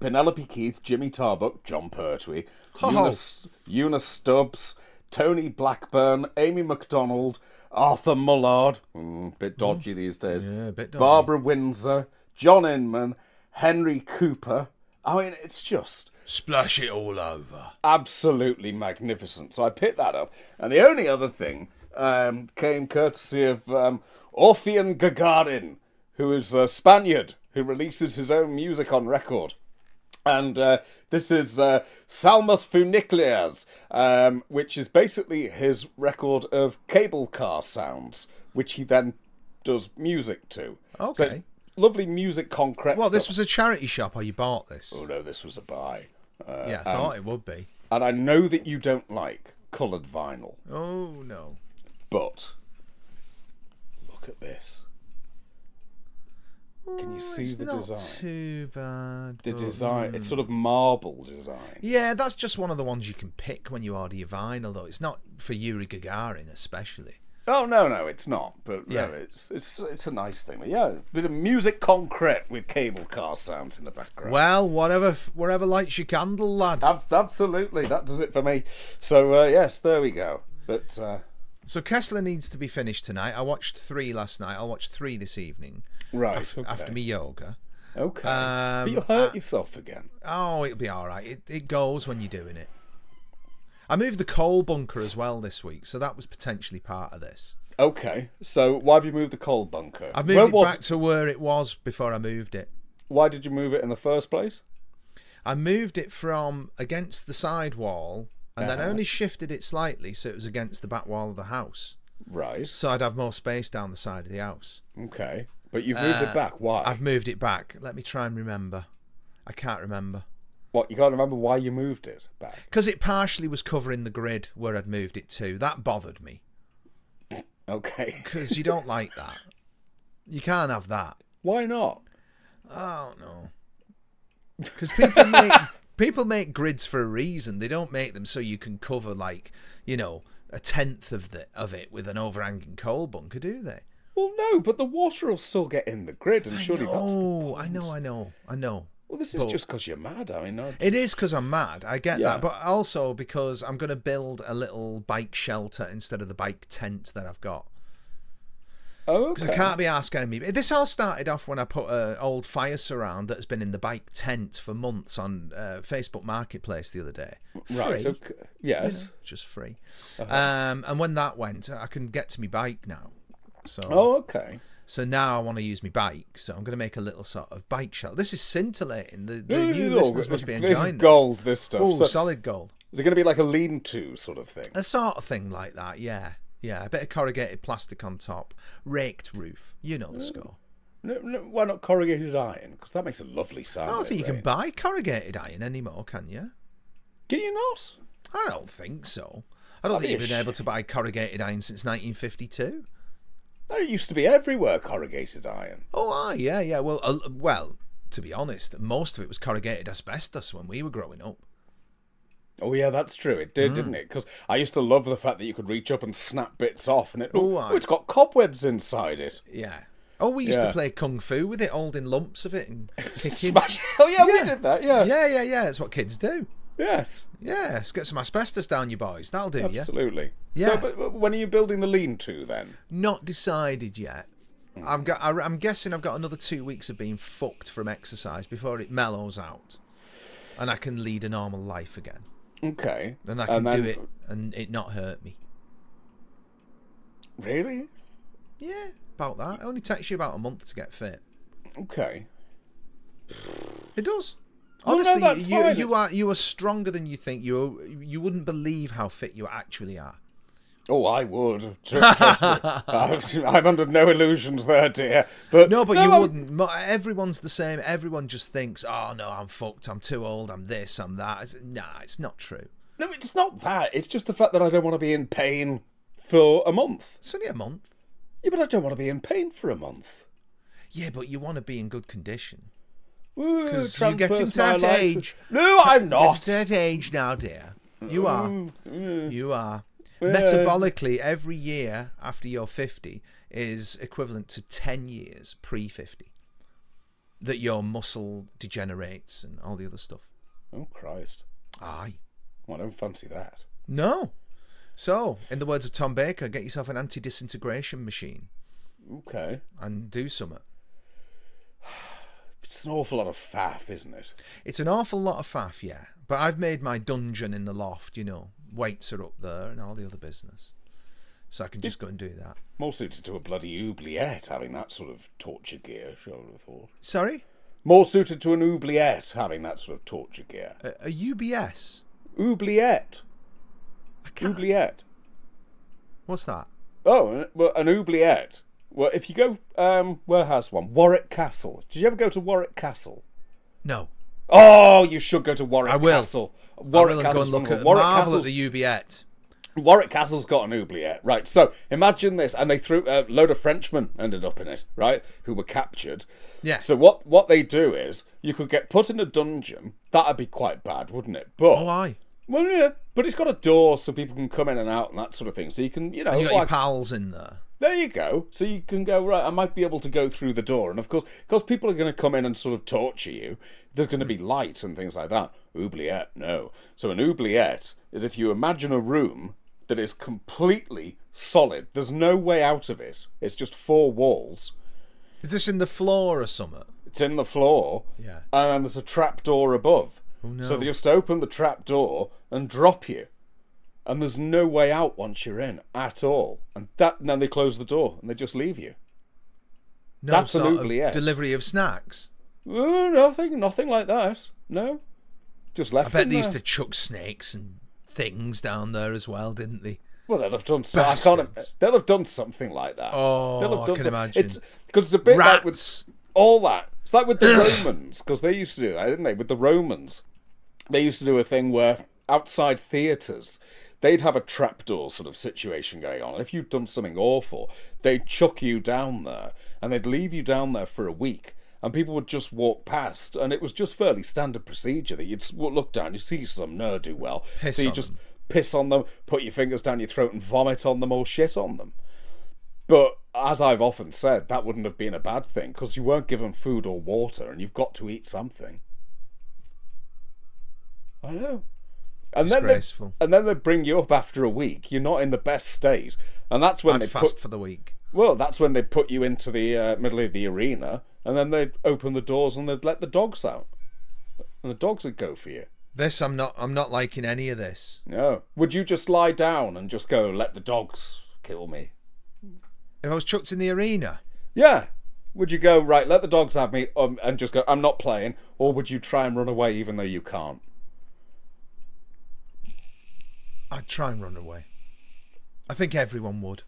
Speaker 1: Penelope Keith, Jimmy Tarbuck, John Pertwee, Eunice, Eunice Stubbs, Tony Blackburn, Amy MacDonald, Arthur Mullard. Mm, bit dodgy these days.
Speaker 2: Yeah, a bit dodgy.
Speaker 1: Barbara Windsor, John Inman, Henry Cooper. I mean, it's just
Speaker 2: Splash it all over.
Speaker 1: absolutely magnificent. So I picked that up. And the only other thing um, came courtesy of um, Orphean Gagarin, who is a Spaniard who releases his own music on record. And uh, this is uh, Salmas Funiculares, um, which is basically his record of cable car sounds, which he then does music to. So it's
Speaker 2: Okay.
Speaker 1: lovely music concrete.
Speaker 2: Well, this was a charity shop. Or you bought this?
Speaker 1: Oh no, this was a buy.
Speaker 2: yeah, I thought it would be.
Speaker 1: And I know that you don't like coloured vinyl.
Speaker 2: Oh no.
Speaker 1: But look at this. Can you
Speaker 2: Oh,
Speaker 1: see
Speaker 2: it's
Speaker 1: the
Speaker 2: not Oh, hmm.
Speaker 1: design?
Speaker 2: Too bad.
Speaker 1: The
Speaker 2: but-
Speaker 1: design, it's sort of marble design.
Speaker 2: Yeah, that's just one of the ones you can pick when you order your vinyl, though. It's not for Yuri Gagarin especially.
Speaker 1: Oh no, no, it's not. But
Speaker 2: Yeah.
Speaker 1: no, it's it's it's a nice thing. But yeah, bit of music concrete with cable car sounds in the background.
Speaker 2: Well, whatever, f- wherever lights your candle, lad.
Speaker 1: Ab- absolutely, that does it for me. So uh, yes, there we go. But uh,
Speaker 2: So Kessler needs to be finished tonight. I watched three last night. I'll watch three this evening
Speaker 1: right, okay.
Speaker 2: after me yoga.
Speaker 1: okay.
Speaker 2: Um,
Speaker 1: but you hurt yourself again.
Speaker 2: Oh, it'll be all right. It, it goes when you're doing it. I moved the coal bunker as well this week, so that was potentially part of this.
Speaker 1: Okay, so why have you moved the coal bunker?
Speaker 2: I've moved
Speaker 1: Where
Speaker 2: it
Speaker 1: was-
Speaker 2: back to where it was before I moved it.
Speaker 1: Why did you move it in the first place?
Speaker 2: I moved it from against the side wall and then only shifted it slightly so it was against the back wall of the house.
Speaker 1: Right.
Speaker 2: So I'd have more space down the side of the house.
Speaker 1: Okay, but you've moved it back. Why?
Speaker 2: Uh, I've moved it back. Let me try and remember. I can't remember.
Speaker 1: What you can't remember why you moved it back?
Speaker 2: Because it partially was covering the grid where I'd moved it to. That bothered me.
Speaker 1: Okay, (laughs)
Speaker 2: Because you don't like that. You can't have that.
Speaker 1: why not?
Speaker 2: I don't know. Because people
Speaker 1: (laughs)
Speaker 2: make people make grids for a reason. They don't make them so you can cover like you know a tenth of the of it with an overhanging coal bunker, do they?
Speaker 1: Well, no, but the water will still get in the grid, and surely that's the...
Speaker 2: Oh, I know, I know, I know.
Speaker 1: well. This is just because you're mad. I mean, I-
Speaker 2: It is because I'm mad. I get
Speaker 1: Yeah.
Speaker 2: that, but also because I'm going to build a little bike shelter instead of the bike tent that I've got.
Speaker 1: oh,
Speaker 2: I
Speaker 1: okay.
Speaker 2: can't be asking me. This all started off when I put an old fire surround that's been in the bike tent for months on uh, Facebook Marketplace the other day.
Speaker 1: Right.
Speaker 2: Free.
Speaker 1: Okay. Yes.
Speaker 2: just free.
Speaker 1: Uh-huh.
Speaker 2: Um, and when that went, I can get to my bike now. So,
Speaker 1: Oh, okay.
Speaker 2: so now I want to use my bike. So I'm going to make a little sort of bike shell. This is scintillating. The, the new
Speaker 1: Look,
Speaker 2: listeners must be
Speaker 1: this,
Speaker 2: enjoying
Speaker 1: is
Speaker 2: this.
Speaker 1: gold. This stuff.
Speaker 2: Oh,
Speaker 1: so,
Speaker 2: solid gold.
Speaker 1: is it going to be like a lean-to sort of thing?
Speaker 2: A sort of thing like that. Yeah, yeah. A bit of corrugated plastic on top, raked roof. You know the
Speaker 1: Mm.
Speaker 2: score.
Speaker 1: No, no, why not corrugated iron? Because that makes a lovely sound.
Speaker 2: I don't think you
Speaker 1: right?
Speaker 2: can buy corrugated iron anymore, can you?
Speaker 1: Can you not?
Speaker 2: I don't think so. I don't think
Speaker 1: That'd be a
Speaker 2: you've been able to buy corrugated iron since 1952.
Speaker 1: No, it used to be everywhere. Corrugated iron.
Speaker 2: Oh, ah, yeah, yeah. Well, uh, well. To be honest, most of it was corrugated asbestos when we were growing up.
Speaker 1: Oh yeah, that's true. It
Speaker 2: Mm.
Speaker 1: did, didn't it? Because I used to love the fact that you could reach up and snap bits off, and it
Speaker 2: Oh,
Speaker 1: oh,
Speaker 2: aye.
Speaker 1: it's got cobwebs inside it.
Speaker 2: Yeah. Oh, we used to
Speaker 1: Yeah.
Speaker 2: play kung fu with it, holding lumps of it
Speaker 1: (laughs)
Speaker 2: and kicking.
Speaker 1: Smash! Oh yeah,
Speaker 2: Yeah.
Speaker 1: we did that. Yeah.
Speaker 2: Yeah, yeah, yeah. That's what kids do.
Speaker 1: Yes.
Speaker 2: Yes, get some asbestos down you boys. That'll do you.
Speaker 1: Absolutely.
Speaker 2: Yeah.
Speaker 1: So, but but when are you building the lean-to then?
Speaker 2: Not decided yet. I'm got, I, am guessing I've got another two weeks of being fucked from exercise before it mellows out, and I can lead a normal life again.
Speaker 1: Okay.
Speaker 2: And I can do it and it not hurt me.
Speaker 1: Really?
Speaker 2: Yeah, about that. It only takes you about a month to get fit.
Speaker 1: Okay.
Speaker 2: It does.
Speaker 1: no,
Speaker 2: Honestly,
Speaker 1: that's
Speaker 2: you,
Speaker 1: fine.
Speaker 2: you are you are stronger than you think. You are- you wouldn't believe how fit you actually are.
Speaker 1: Oh, I would. Tr-
Speaker 2: (laughs)
Speaker 1: Trust me. I'm- I'm under no illusions there, dear. But
Speaker 2: No, but you
Speaker 1: I'm-
Speaker 2: wouldn't. Mo- Everyone's the same. Everyone just thinks, "Oh no, I'm fucked. I'm too old. I'm this. I'm that." It's, nah, it's not true.
Speaker 1: No, it's not that. It's just the fact that I don't want to be in pain for a month.
Speaker 2: It's only a month.
Speaker 1: Yeah, but I don't want to be in pain for a month.
Speaker 2: Yeah, but you want to be in good condition.
Speaker 1: Because
Speaker 2: you're getting to that age.
Speaker 1: No, I'm not.
Speaker 2: It's that age now, dear. You are. You are. Metabolically, every year after you're 50 is equivalent to 10 years pre 50. That your muscle degenerates and all the other stuff.
Speaker 1: Oh Christ!
Speaker 2: Aye.
Speaker 1: Well, I don't fancy that.
Speaker 2: No. So, in the words of Tom Baker, get yourself an anti disintegration machine
Speaker 1: Okay.
Speaker 2: and do something.
Speaker 1: It's an awful lot of faff, isn't it?
Speaker 2: It's an awful lot of faff, yeah. But I've made my dungeon in the loft, you know. Weights are up there and all the other business. So I can just go and do that.
Speaker 1: More suited to a bloody oubliette having that sort of torture gear, shall we thought.
Speaker 2: Sorry?
Speaker 1: More suited to an oubliette having that sort of torture gear.
Speaker 2: A, a UBS?
Speaker 1: Oubliette.
Speaker 2: I can't.
Speaker 1: Oubliette.
Speaker 2: What's that?
Speaker 1: Oh, an- well, an oubliette. Well, if you go, um, where has one? Warwick Castle. Did you ever go to Warwick Castle?
Speaker 2: No.
Speaker 1: Oh, you should go to Warwick
Speaker 2: I will.
Speaker 1: Castle.
Speaker 2: I
Speaker 1: Warwick
Speaker 2: will go
Speaker 1: Castle's
Speaker 2: and look
Speaker 1: wonderful.
Speaker 2: at
Speaker 1: Warwick
Speaker 2: marvel at
Speaker 1: Castle's-
Speaker 2: the UBS.
Speaker 1: Warwick Castle's got an oubliette, right? So imagine this, and they threw a load of Frenchmen ended up in it, right? Who were captured.
Speaker 2: Yeah.
Speaker 1: So what what they do is you could get put in a dungeon. That'd be quite bad, wouldn't it? But
Speaker 2: Oh, aye.
Speaker 1: well, yeah, but it's got a door so people can come in and out and that sort of thing. So you can, you know,
Speaker 2: Oh, You got your
Speaker 1: like,
Speaker 2: pals in there.
Speaker 1: there you go. So you can go right. I might be able to go through the door, and of course, because people are going to come in and sort of torture you. There's going to be light and things like that. Oubliette, no. So an oubliette is if you imagine a room that is completely solid. There's no way out of it. It's just four walls.
Speaker 2: Is this in the floor or something?
Speaker 1: It's in the floor.
Speaker 2: Yeah.
Speaker 1: And then there's a trap door above. Oh
Speaker 2: no.
Speaker 1: So they just open the trap door and drop you. And there's no way out once you're in at all. And that and then they close the door and they just leave you.
Speaker 2: No
Speaker 1: That's
Speaker 2: sort
Speaker 1: an
Speaker 2: of
Speaker 1: oubliette.
Speaker 2: delivery of snacks.
Speaker 1: Oh, nothing, nothing like that. No, just left.
Speaker 2: I bet
Speaker 1: them
Speaker 2: they used to
Speaker 1: there.
Speaker 2: chuck snakes and things down there as well, didn't they?
Speaker 1: Well, they'll have done. So, I can't,
Speaker 2: Bastards.
Speaker 1: they'll have done something like that.
Speaker 2: Oh,
Speaker 1: they'll have
Speaker 2: I
Speaker 1: done
Speaker 2: can
Speaker 1: some-
Speaker 2: imagine.
Speaker 1: It's because it's a bit like with
Speaker 2: Rats.
Speaker 1: all that. It's like with the
Speaker 2: (clears throat)
Speaker 1: Romans because they used to do that, didn't they? With the Romans, they used to do a thing where outside theatres. They'd have a trapdoor sort of situation going on. And if you'd done something awful, they'd chuck you down there and they'd leave you down there for a week. And people would just walk past. And it was just fairly standard procedure that you'd s- look down, you see some nerd do well.
Speaker 2: Piss
Speaker 1: so you
Speaker 2: on
Speaker 1: just
Speaker 2: them.
Speaker 1: piss on them, put your fingers down your throat and vomit on them or shit on them. But as I've often said, that wouldn't have been a bad thing because you weren't given food or water and you've got to eat something. I know. And then, they,
Speaker 2: Disgraceful.
Speaker 1: and then they bring you up after a week. You're not in the best state, and that's when
Speaker 2: I'd
Speaker 1: they
Speaker 2: fast
Speaker 1: put
Speaker 2: for the week.
Speaker 1: well, that's when they put you into the uh, middle of the arena, and then they'd open the doors and they'd let the dogs out, and the dogs would go for you.
Speaker 2: This I'm not. I'm not liking any of this.
Speaker 1: No. Would you just lie down and just go, let the dogs kill me?
Speaker 2: If I was chucked in the arena,
Speaker 1: Yeah. Would you go, right, let the dogs have me um, and just go, I'm not playing? Or would you try and run away even though you can't?
Speaker 2: I'd try and run away. I think everyone would.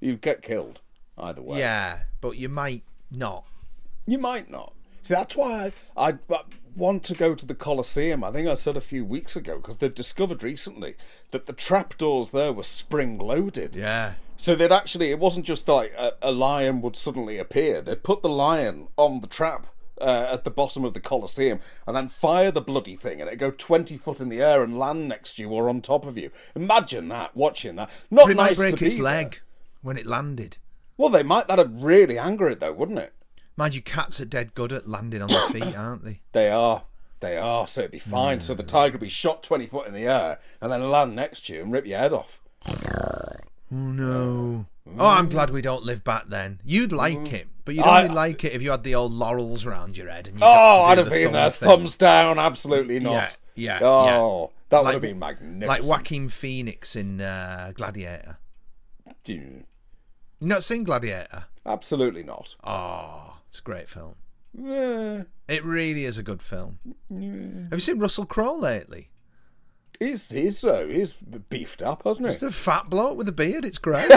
Speaker 1: You'd get killed either way.
Speaker 2: Yeah, but you might not.
Speaker 1: You might not. See, that's why I, I, I want to go to the Colosseum. I think I said a few weeks ago because they've discovered recently that the trapdoors there were spring loaded.
Speaker 2: Yeah.
Speaker 1: So they'd actually, it wasn't just like a, a lion would suddenly appear. They'd put the lion on the trap uh, at the bottom of the Colosseum and then fire the bloody thing and it'd go 20 foot in the air and land next to you or on top of you. Imagine that, watching that. Not
Speaker 2: But it
Speaker 1: nice
Speaker 2: might break
Speaker 1: to
Speaker 2: its
Speaker 1: be
Speaker 2: leg
Speaker 1: there.
Speaker 2: when it landed.
Speaker 1: Well, they might. That'd really anger it though, wouldn't it?
Speaker 2: Mind you, cats are dead good at landing on
Speaker 1: (coughs)
Speaker 2: their feet, aren't they?
Speaker 1: They are. They are. So it'd be fine. So the
Speaker 2: Mm.
Speaker 1: tiger would be shot 20 foot in the air and then land next to you and rip your head off.
Speaker 2: Oh no. Oh, I'm glad we don't live back then. You'd like it, but you'd
Speaker 1: Mm. I-
Speaker 2: only like it if you had the old laurels round your head and you
Speaker 1: Oh,
Speaker 2: got to
Speaker 1: I'd
Speaker 2: do
Speaker 1: have
Speaker 2: the
Speaker 1: been
Speaker 2: thumb
Speaker 1: there.
Speaker 2: thing.
Speaker 1: Thumbs down. Absolutely not.
Speaker 2: yeah, yeah.
Speaker 1: Oh, that would
Speaker 2: Like-
Speaker 1: have been magnificent.
Speaker 2: like Joaquin Phoenix in uh, Gladiator.
Speaker 1: Dude,
Speaker 2: You not seen Gladiator?
Speaker 1: Absolutely not.
Speaker 2: Oh, it's a great film.
Speaker 1: Eh,
Speaker 2: It really is a good film.
Speaker 1: Mm.
Speaker 2: Have you seen Russell Crowe lately?
Speaker 1: He's he's so he's beefed up, hasn't
Speaker 2: It's
Speaker 1: he?
Speaker 2: a fat bloke with a beard. It's
Speaker 1: (laughs)
Speaker 2: great.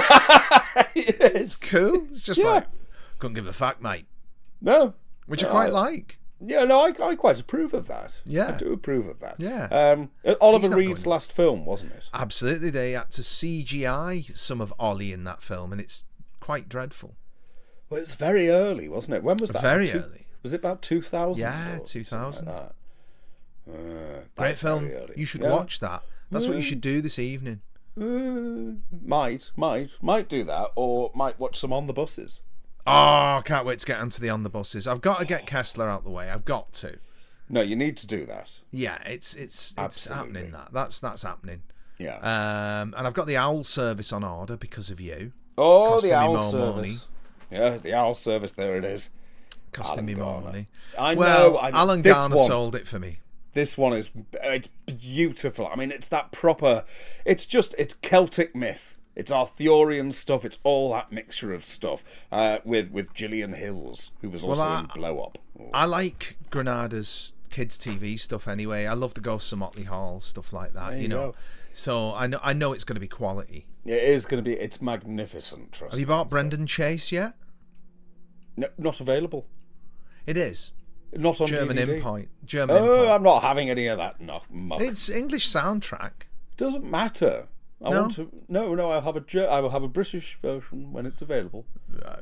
Speaker 1: yes.
Speaker 2: cool. It's just
Speaker 1: Yeah.
Speaker 2: like couldn't give a fuck, mate.
Speaker 1: No.
Speaker 2: Which I quite like.
Speaker 1: Yeah, no, I, I quite approve of that.
Speaker 2: Yeah.
Speaker 1: I do approve of that.
Speaker 2: Yeah.
Speaker 1: Um, uh, Oliver
Speaker 2: not
Speaker 1: Reed's
Speaker 2: going-
Speaker 1: last film, wasn't it?
Speaker 2: Absolutely, they had to CGI some of Ollie in that film, and it's quite dreadful.
Speaker 1: Well, it was very early, wasn't it? When was that?
Speaker 2: Very
Speaker 1: Two-
Speaker 2: early.
Speaker 1: Was it about two thousand?
Speaker 2: Yeah, 2000.
Speaker 1: Like that. Uh,
Speaker 2: Great
Speaker 1: that's
Speaker 2: film.
Speaker 1: very early.
Speaker 2: You should
Speaker 1: Yeah.
Speaker 2: watch that. That's what you should do this evening.
Speaker 1: Uh, might, might, might do that, or might watch some on the buses.
Speaker 2: Oh, I can't wait to get onto the on the buses. I've got to get Kessler out the way. I've got to.
Speaker 1: No, you need to do that.
Speaker 2: Yeah, it's it's it's
Speaker 1: Absolutely.
Speaker 2: happening. That that's that's happening.
Speaker 1: Yeah.
Speaker 2: Um, and I've got the owl service on order because of you.
Speaker 1: oh,
Speaker 2: costing
Speaker 1: the
Speaker 2: me
Speaker 1: owl
Speaker 2: more
Speaker 1: service.
Speaker 2: money.
Speaker 1: Yeah, the owl service. There it is.
Speaker 2: costing me more
Speaker 1: Garner.
Speaker 2: money.
Speaker 1: I
Speaker 2: well,
Speaker 1: know. I know.
Speaker 2: Alan
Speaker 1: this
Speaker 2: Garner
Speaker 1: one,
Speaker 2: sold it for me.
Speaker 1: This one is it's beautiful. I mean, it's that proper. It's just it's Celtic myth. It's Arthurian stuff. It's all that mixture of stuff uh, with with Gillian Hills, who was also
Speaker 2: I-
Speaker 1: in Blow Up.
Speaker 2: I like Granada's kids TV stuff anyway. I love the Ghosts of Motley Hall stuff like that. you,
Speaker 1: you
Speaker 2: know,
Speaker 1: go.
Speaker 2: so I know I know it's going to be quality.
Speaker 1: It is going to be. It's magnificent. Trust
Speaker 2: Have you
Speaker 1: me.
Speaker 2: bought Brendan Chase yet?
Speaker 1: No, not available.
Speaker 2: It is
Speaker 1: Not on
Speaker 2: German
Speaker 1: DVD.
Speaker 2: import. German
Speaker 1: Oh,
Speaker 2: import.
Speaker 1: I'm not having any of that. No, muck.
Speaker 2: It's English soundtrack.
Speaker 1: doesn't matter. I
Speaker 2: No?
Speaker 1: want to. No, no. I'll have a. Ger- I will have a British version when it's available. Uh,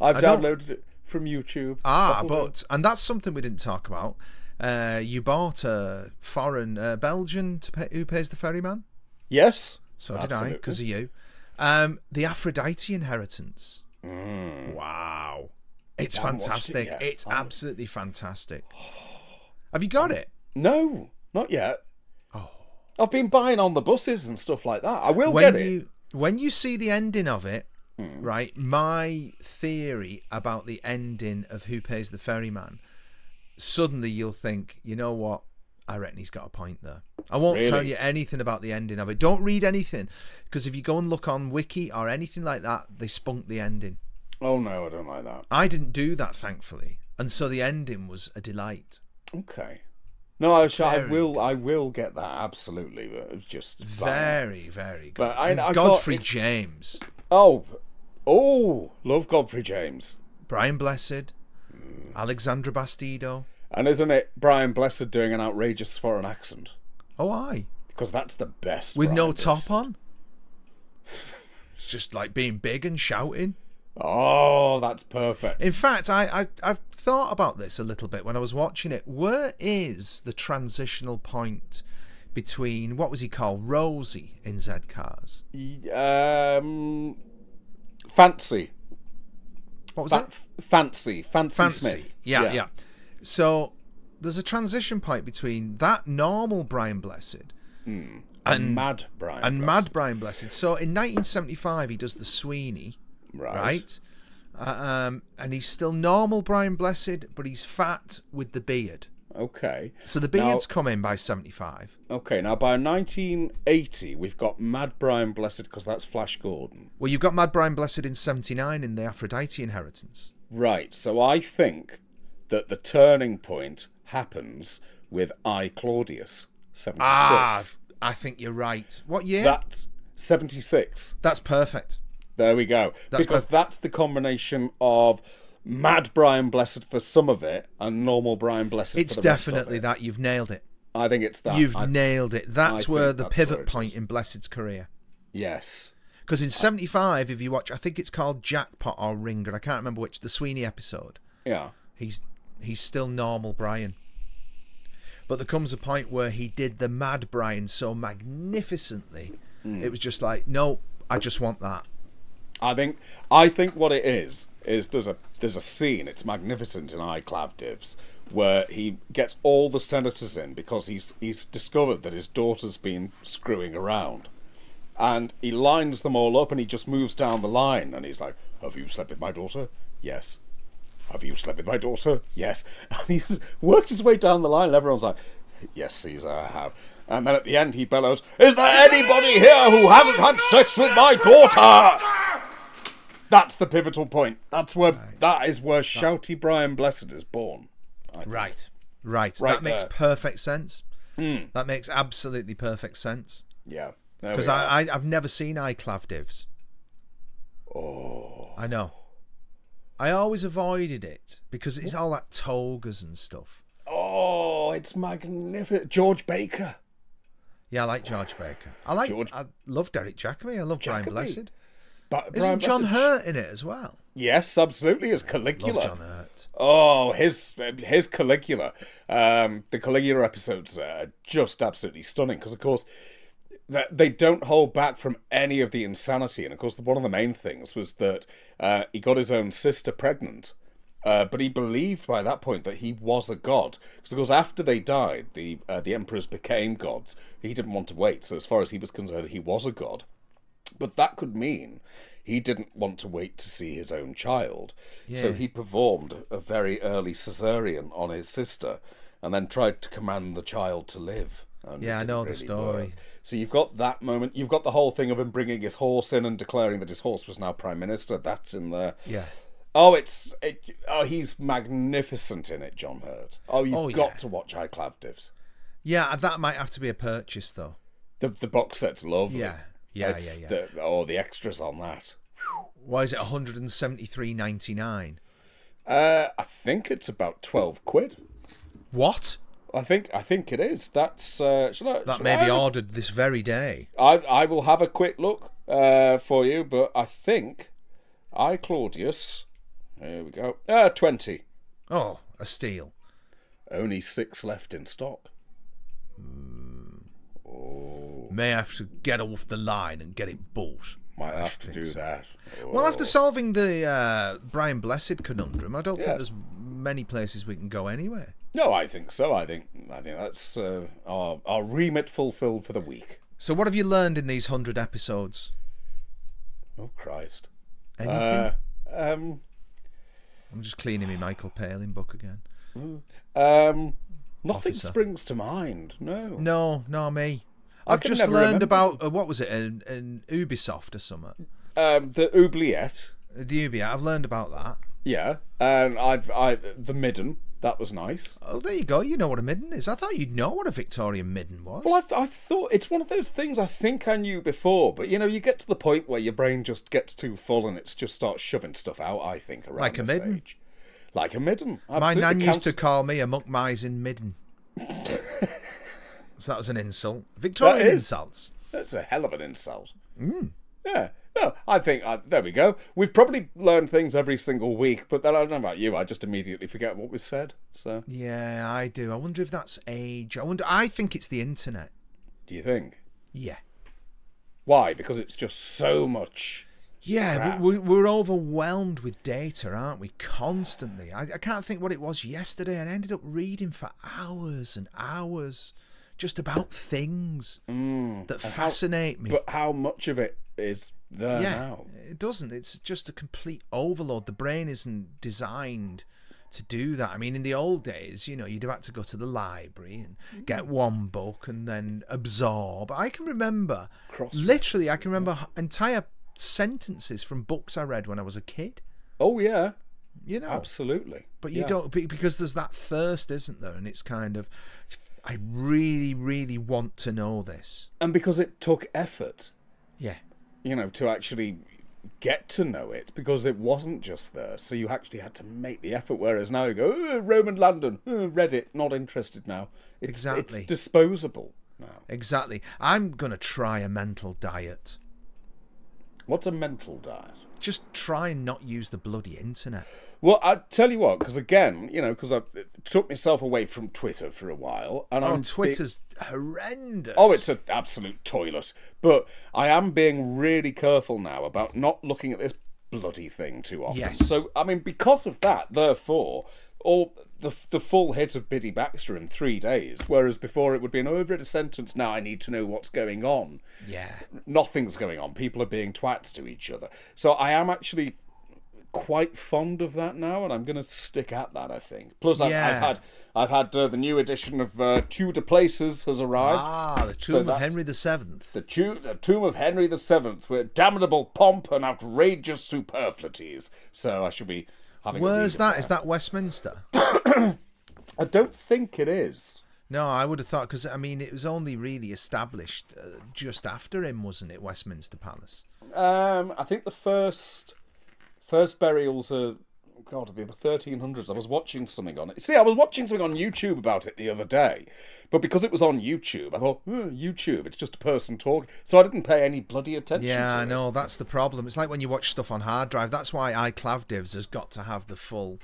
Speaker 1: I've
Speaker 2: don't-
Speaker 1: downloaded it from YouTube.
Speaker 2: Ah,
Speaker 1: That'll do.
Speaker 2: but and that's something we didn't talk about. Uh, you bought a foreign uh, Belgian to pay, who pays the ferryman.
Speaker 1: yes,
Speaker 2: So did I,
Speaker 1: Absolutely.
Speaker 2: because of you. Um, the Aphrodite Inheritance. Wow. It's
Speaker 1: haven't Mm. watched it
Speaker 2: fantastic.
Speaker 1: yet.
Speaker 2: it's absolutely fantastic. Have you got it?
Speaker 1: no, not yet. Oh, I've been buying on the buses and stuff like that. I will
Speaker 2: When
Speaker 1: get it. Mm.
Speaker 2: you when you see the ending of it, right? My theory about the ending of Who Pays the Ferryman, suddenly you'll think, you know what? I reckon he's got a point there. I won't tell
Speaker 1: Really?
Speaker 2: you anything about the ending of it. Don't read anything because if you go and look on Wiki or anything like that, they spunk the ending.
Speaker 1: Oh no, I don't like that.
Speaker 2: I didn't do that, thankfully, and so the ending was a delight.
Speaker 1: Okay. No, I, shall, I
Speaker 2: Very
Speaker 1: will. I will get that absolutely. But it's just
Speaker 2: Very, very good.
Speaker 1: But I-
Speaker 2: And
Speaker 1: I got-
Speaker 2: Godfrey
Speaker 1: it's-
Speaker 2: James,
Speaker 1: Oh, oh, love Godfrey James.
Speaker 2: Brian Blessed,
Speaker 1: Mm.
Speaker 2: Alexandra Bastido.
Speaker 1: And isn't it Brian Blessed doing an outrageous foreign accent?
Speaker 2: Oh, aye.
Speaker 1: Because that's the best.
Speaker 2: With no
Speaker 1: Brian
Speaker 2: top
Speaker 1: Blessed.
Speaker 2: on. It's just like being big and shouting.
Speaker 1: Oh, that's perfect.
Speaker 2: In fact, I, I, I've thought about this a little bit when I was watching it. Where is the transitional point between, what was he called, Rosie in Z Cars?
Speaker 1: Um, fancy,
Speaker 2: What was
Speaker 1: Fa-
Speaker 2: it?
Speaker 1: f- fancy, fancy,
Speaker 2: Fancy.
Speaker 1: Smith.
Speaker 2: Yeah, yeah, So there's a transition point between that normal Brian Blessed
Speaker 1: Hmm. And mad Brian.
Speaker 2: and Mad Brian Blessed. So in 1975, he does the Sweeney,
Speaker 1: right.
Speaker 2: right? Uh, um, and he's still normal Brian Blessed, but he's fat with the beard.
Speaker 1: Okay.
Speaker 2: So the
Speaker 1: Now-
Speaker 2: beard's come in by 75.
Speaker 1: Okay. Now by 1980, we've got Mad Brian Blessed because that's Flash Gordon.
Speaker 2: Well, you've got Mad Brian Blessed in 79 in the Aphrodite Inheritance.
Speaker 1: Right. So I think that the turning point happens with I Claudius 76.
Speaker 2: Ah, I think you're right. What year?
Speaker 1: That's 76.
Speaker 2: That's perfect.
Speaker 1: There we go. because
Speaker 2: perfect.
Speaker 1: that's the combination of Mad Brian Blessed for some of it and normal Brian Blessed
Speaker 2: It's
Speaker 1: for the rest of
Speaker 2: definitely
Speaker 1: it.
Speaker 2: that. You've nailed it.
Speaker 1: I think it's that.
Speaker 2: You've
Speaker 1: I-
Speaker 2: nailed it. That's
Speaker 1: I
Speaker 2: where
Speaker 1: think
Speaker 2: the
Speaker 1: that's
Speaker 2: pivot
Speaker 1: where it
Speaker 2: point in Blessed's career.
Speaker 1: yes.
Speaker 2: Because in 75, if you watch, I think it's called Jackpot or Ringer, I can't remember which, the Sweeney episode,
Speaker 1: Yeah.
Speaker 2: he's he's still normal Brian. But there comes a point where he did the mad Brian so magnificently,
Speaker 1: Hmm.
Speaker 2: it was just like, no, I just want that.
Speaker 1: I think I think what it is is there's a there's a scene. It's magnificent in iClav Divs where he gets all the senators in because he's he's discovered that his daughter's been screwing around, and he lines them all up and he just moves down the line and he's like, "Have you slept with my daughter? Yes. Have you slept with my daughter? Yes." (laughs) And he's worked his way down the line and everyone's like, "Yes, Caesar, I have." And then at the end he bellows, "Is there anybody here who hasn't had sex with my daughter?" That's the pivotal point. That's where that is where shouty Brian Blessed is born.
Speaker 2: Right. Right.
Speaker 1: Right
Speaker 2: that makes
Speaker 1: there. Hmm.
Speaker 2: perfect sense. That makes absolutely perfect sense.
Speaker 1: Yeah,
Speaker 2: Because I, I, I've never seen iClav divs. Oh. I know. I always avoided it because it's all that togas and stuff.
Speaker 1: oh, it's magnificent. George Baker.
Speaker 2: Yeah, I like George Baker. I like.
Speaker 1: George-
Speaker 2: I love Derek Jacobi. I love
Speaker 1: Jacobi.
Speaker 2: Brian Blessed.
Speaker 1: But
Speaker 2: Isn't John
Speaker 1: Blessed-
Speaker 2: Hurt in it as well?
Speaker 1: Yes, absolutely. Is
Speaker 2: Love
Speaker 1: Caligula.
Speaker 2: John Hurt.
Speaker 1: Oh, his his Caligula, um, the Caligula episodes are just absolutely stunning because, of course, th- they don't hold back from any of the insanity. And of course, one of the main things was that uh, he got his own sister pregnant, uh, but he believed by that point that he was a god. Because of course, after they died, the uh, the emperors became gods. He didn't want to wait, so as far as he was concerned, he was a god But that could mean he didn't want to wait to see his own child. So he performed a very early cesarean on his sister and then tried to command the child to live. And
Speaker 2: Yeah,
Speaker 1: it
Speaker 2: I
Speaker 1: didn't
Speaker 2: know the story.
Speaker 1: So you've got that moment. You've got the whole thing of him bringing his horse in and declaring that his horse was now prime minister. That's in there.
Speaker 2: Yeah.
Speaker 1: Oh, it's it, oh, he's magnificent in it, John Hurt. Oh, you've
Speaker 2: Oh,
Speaker 1: got
Speaker 2: yeah.
Speaker 1: to watch High Clavdivs.
Speaker 2: Yeah, that might have to be a purchase though.
Speaker 1: The the box set's lovely.
Speaker 2: Yeah. Yeah, yeah,
Speaker 1: It's
Speaker 2: yeah.
Speaker 1: The, oh, the extras on that.
Speaker 2: Why is it 173.99?
Speaker 1: Uh, I think it's about twelve quid.
Speaker 2: What?
Speaker 1: I think I think it is. That's uh, shall I,
Speaker 2: That
Speaker 1: shall
Speaker 2: may
Speaker 1: I
Speaker 2: be ordered this very day.
Speaker 1: I, I will have a quick look uh, for you, but I think I Claudius. Here we go. Uh, twenty.
Speaker 2: Oh, a steal.
Speaker 1: Only six left in stock.
Speaker 2: May have to get off the line and get it bought.
Speaker 1: Might have to do that.
Speaker 2: Well, after solving the uh, Brian Blessed conundrum, I don't
Speaker 1: Yeah.
Speaker 2: think there's many places we can go anyway.
Speaker 1: No, I think so. I think I think that's uh, our our remit fulfilled for the week.
Speaker 2: So, what have you learned in these 100 episodes?
Speaker 1: Oh Christ.
Speaker 2: Anything?
Speaker 1: Uh, um,
Speaker 2: I'm just cleaning my Michael Palin book again.
Speaker 1: um, nothing
Speaker 2: Officer.
Speaker 1: springs to mind. No.
Speaker 2: No, no, me. I've
Speaker 1: can
Speaker 2: just
Speaker 1: never
Speaker 2: learned
Speaker 1: remember.
Speaker 2: about, uh, what was it, an, an Ubisoft or something?
Speaker 1: Um, the oubliette.
Speaker 2: The Ubi, I've learned about that.
Speaker 1: Yeah. And I've I the midden. That was nice.
Speaker 2: Oh, there you go. You know what a midden is. I thought you'd know what a Victorian midden was.
Speaker 1: Well, I, I thought it's one of those things I think I knew before, but you know, you get to the point where your brain just gets too full and it just starts shoving stuff out. I think around
Speaker 2: Like a
Speaker 1: this
Speaker 2: midden.
Speaker 1: age. like a midden.
Speaker 2: My
Speaker 1: absolutely.
Speaker 2: nan used to
Speaker 1: Counts-
Speaker 2: call me a muckmising
Speaker 1: (laughs)
Speaker 2: midden. so that was an insult. Victorian
Speaker 1: is.
Speaker 2: insults.
Speaker 1: That's a hell of an insult.
Speaker 2: Mm.
Speaker 1: Yeah. No, I think I, there we go. We've probably learned things every single week, but then I don't know about you. I just immediately forget what was said. So,
Speaker 2: Yeah, I do. I wonder if that's age. I wonder. I think it's the internet.
Speaker 1: do you think
Speaker 2: Yeah.
Speaker 1: why? Because it's just so much.
Speaker 2: Yeah, but we're, we're overwhelmed with data, aren't we? Constantly. I, I can't think what it was yesterday, and I ended up reading for hours and hours just about things that fascinate me.
Speaker 1: But how much of it is there
Speaker 2: yeah,
Speaker 1: now?
Speaker 2: it doesn't. It's just a complete overload. The brain isn't designed to do that. I mean, in the old days, you know, you'd have had to go to the library and get one book and then absorb. I can remember, literally, I can remember h- entire sentences from books I read when I was a kid.
Speaker 1: Oh yeah,
Speaker 2: You know,
Speaker 1: absolutely.
Speaker 2: but you
Speaker 1: Yeah.
Speaker 2: don't be- because there's that thirst, isn't there? And it's kind of, I really, really want to know this.
Speaker 1: and because it took effort,
Speaker 2: Yeah.
Speaker 1: you know, to actually get to know it, because it wasn't just there. So you actually had to make the effort. Whereas now you go, oh, Roman London, oh, Reddit, not interested now. It's, It's
Speaker 2: Exactly.
Speaker 1: disposable now.
Speaker 2: Exactly. I'm going to try a mental diet.
Speaker 1: What's a mental diet?
Speaker 2: just try and not use the bloody internet.
Speaker 1: Well, I tell you what, because again, you know, because I it took myself away from Twitter for a while, and
Speaker 2: Oh,
Speaker 1: I'm be-
Speaker 2: Twitter's horrendous.
Speaker 1: Oh, it's an absolute toilet. But I am being really careful now about not looking at this bloody thing too often.
Speaker 2: Yes.
Speaker 1: So, I mean, because of that, therefore, all the, the full hit of Biddy Baxter in three days, whereas before it would be an over a sentence, now I need to know what's going on. (laughs)
Speaker 2: yeah.
Speaker 1: Nothing's going on. People are being twats to each other. So I am actually quite fond of that now, and I'm going to stick at that. I think. Plus, I've, I've
Speaker 2: Yeah.
Speaker 1: had I've had uh, the new edition of uh, Tudor Places has arrived.
Speaker 2: Ah, the
Speaker 1: So
Speaker 2: tomb of
Speaker 1: that-
Speaker 2: Henry the Seventh.
Speaker 1: the, tu- the tomb of Henry the Seventh, with damnable pomp and outrageous superfluities. So I should be having.
Speaker 2: Where's
Speaker 1: a read of
Speaker 2: that? Is that Westminster?
Speaker 1: I don't think it is.
Speaker 2: No, I would have thought because I mean it was only really established uh, just after him, wasn't it? Westminster Palace.
Speaker 1: Um, I think the first first burials are. God, the thirteen hundreds. I was watching something on it. See, I was watching something on YouTube about it the other day, but because it was on YouTube, I thought, "Oh, YouTube, it's just a person talking. So I didn't pay any bloody attention.
Speaker 2: Yeah,
Speaker 1: to
Speaker 2: I
Speaker 1: it.
Speaker 2: know that's the problem. It's like when you watch stuff on hard drive. That's why iClavdivs has got to have the full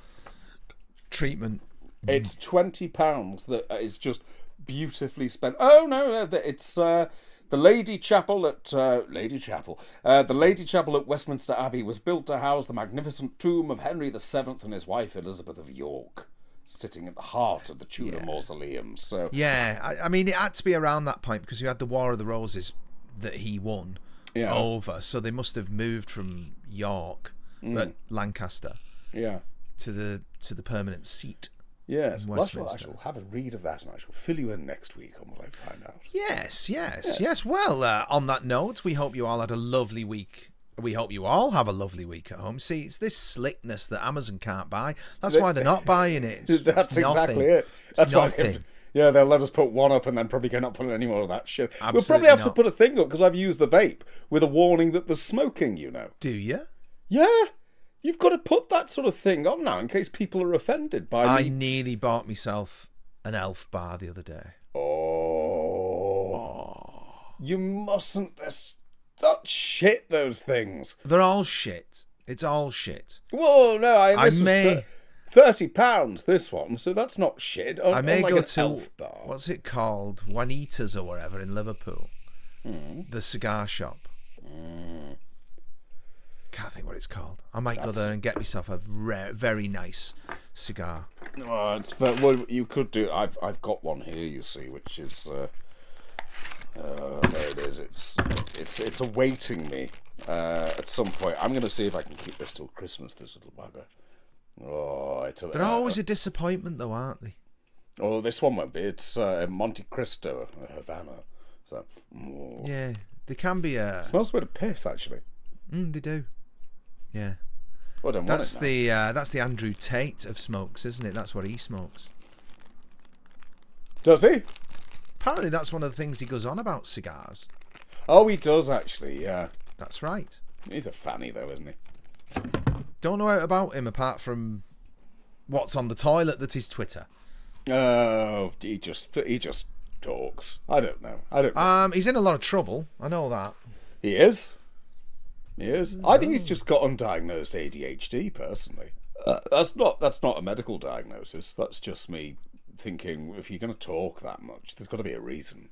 Speaker 2: treatment.
Speaker 1: It's twenty pounds that is just beautifully spent. Oh no, no, th- it's uh, the Lady Chapel at uh, Lady Chapel. Uh, the Lady Chapel at Westminster Abbey was built to house the magnificent tomb of Henry VII and his wife Elizabeth of York, sitting at the heart of the Tudor mausoleum. So
Speaker 2: Yeah, I, I mean it had to be around that point because you had the War of the Roses that he won.
Speaker 1: Yeah.
Speaker 2: over. So they must have moved from York,
Speaker 1: Mm.
Speaker 2: but Lancaster
Speaker 1: Yeah.
Speaker 2: to the to the permanent seat.
Speaker 1: Yes. Well, I shall, I
Speaker 2: Westminster.
Speaker 1: shall have a read of that and I shall fill you in next week on what I find out.
Speaker 2: Yes, yes, yes. Well, uh, on that note, we hope you all had a lovely week. We hope you all have a lovely week at home. See, it's this slickness that Amazon can't buy. That's why they're not buying it. It's,
Speaker 1: (laughs) That's
Speaker 2: it's nothing.
Speaker 1: exactly it.
Speaker 2: It's
Speaker 1: That's why-
Speaker 2: nothing.
Speaker 1: yeah, they'll let us put one up and then probably cannot put any more of that shit. we'll probably
Speaker 2: Absolutely
Speaker 1: have to
Speaker 2: not.
Speaker 1: put a thing up because I've used the vape with a warning that there's smoking, you know.
Speaker 2: Do you?
Speaker 1: Yeah. You've got to put that sort of thing on now in case people are offended by
Speaker 2: I
Speaker 1: me.
Speaker 2: nearly bought myself an elf bar the other day.
Speaker 1: Oh. You mustn't. That's that shit, those things.
Speaker 2: They're all shit. It's all shit.
Speaker 1: Whoa, no, I,
Speaker 2: I
Speaker 1: this was
Speaker 2: may-
Speaker 1: thir- 30 pounds, this one, so that's not shit. Oh,
Speaker 2: I may
Speaker 1: like
Speaker 2: go
Speaker 1: an
Speaker 2: to
Speaker 1: elf bar.
Speaker 2: what's it called, Juanita's or whatever in Liverpool,
Speaker 1: Hmm.
Speaker 2: the cigar shop. Can't think what it's called. I might go there and get myself a rare, very nice cigar.
Speaker 1: Oh, it's fair. Well, you could do. I've I've got one here. You see, which is uh, uh, there it is. It's it's it's awaiting me uh, at some point. I'm going to see if I can keep this till Christmas. This little bugger. Oh, it's a,
Speaker 2: They're always a disappointment, though, aren't they?
Speaker 1: oh, this one won't be. It's uh, Monte Cristo, uh, Havana. So mm,
Speaker 2: Yeah, they can be a.
Speaker 1: smells a bit of piss actually.
Speaker 2: Mm, they do. Yeah,
Speaker 1: Well, I don't
Speaker 2: that's
Speaker 1: want it now.
Speaker 2: the uh, that's the Andrew Tate of smokes, isn't it? That's what he smokes.
Speaker 1: Does he?
Speaker 2: Apparently, that's one of the things he goes on about cigars.
Speaker 1: Oh, he does actually. Yeah,
Speaker 2: That's right.
Speaker 1: he's a fanny though, isn't he?
Speaker 2: Don't know out about him apart from what's on the toilet that is Twitter.
Speaker 1: Oh, he just he just talks. I don't know. I don't.
Speaker 2: Um, he's in a lot of trouble. I know that.
Speaker 1: He is. He is. I think he's
Speaker 2: Mm.
Speaker 1: just got undiagnosed ADHD. Personally, uh, that's not that's not a medical diagnosis. That's just me thinking. If you're going to talk that much, there's got to be a reason.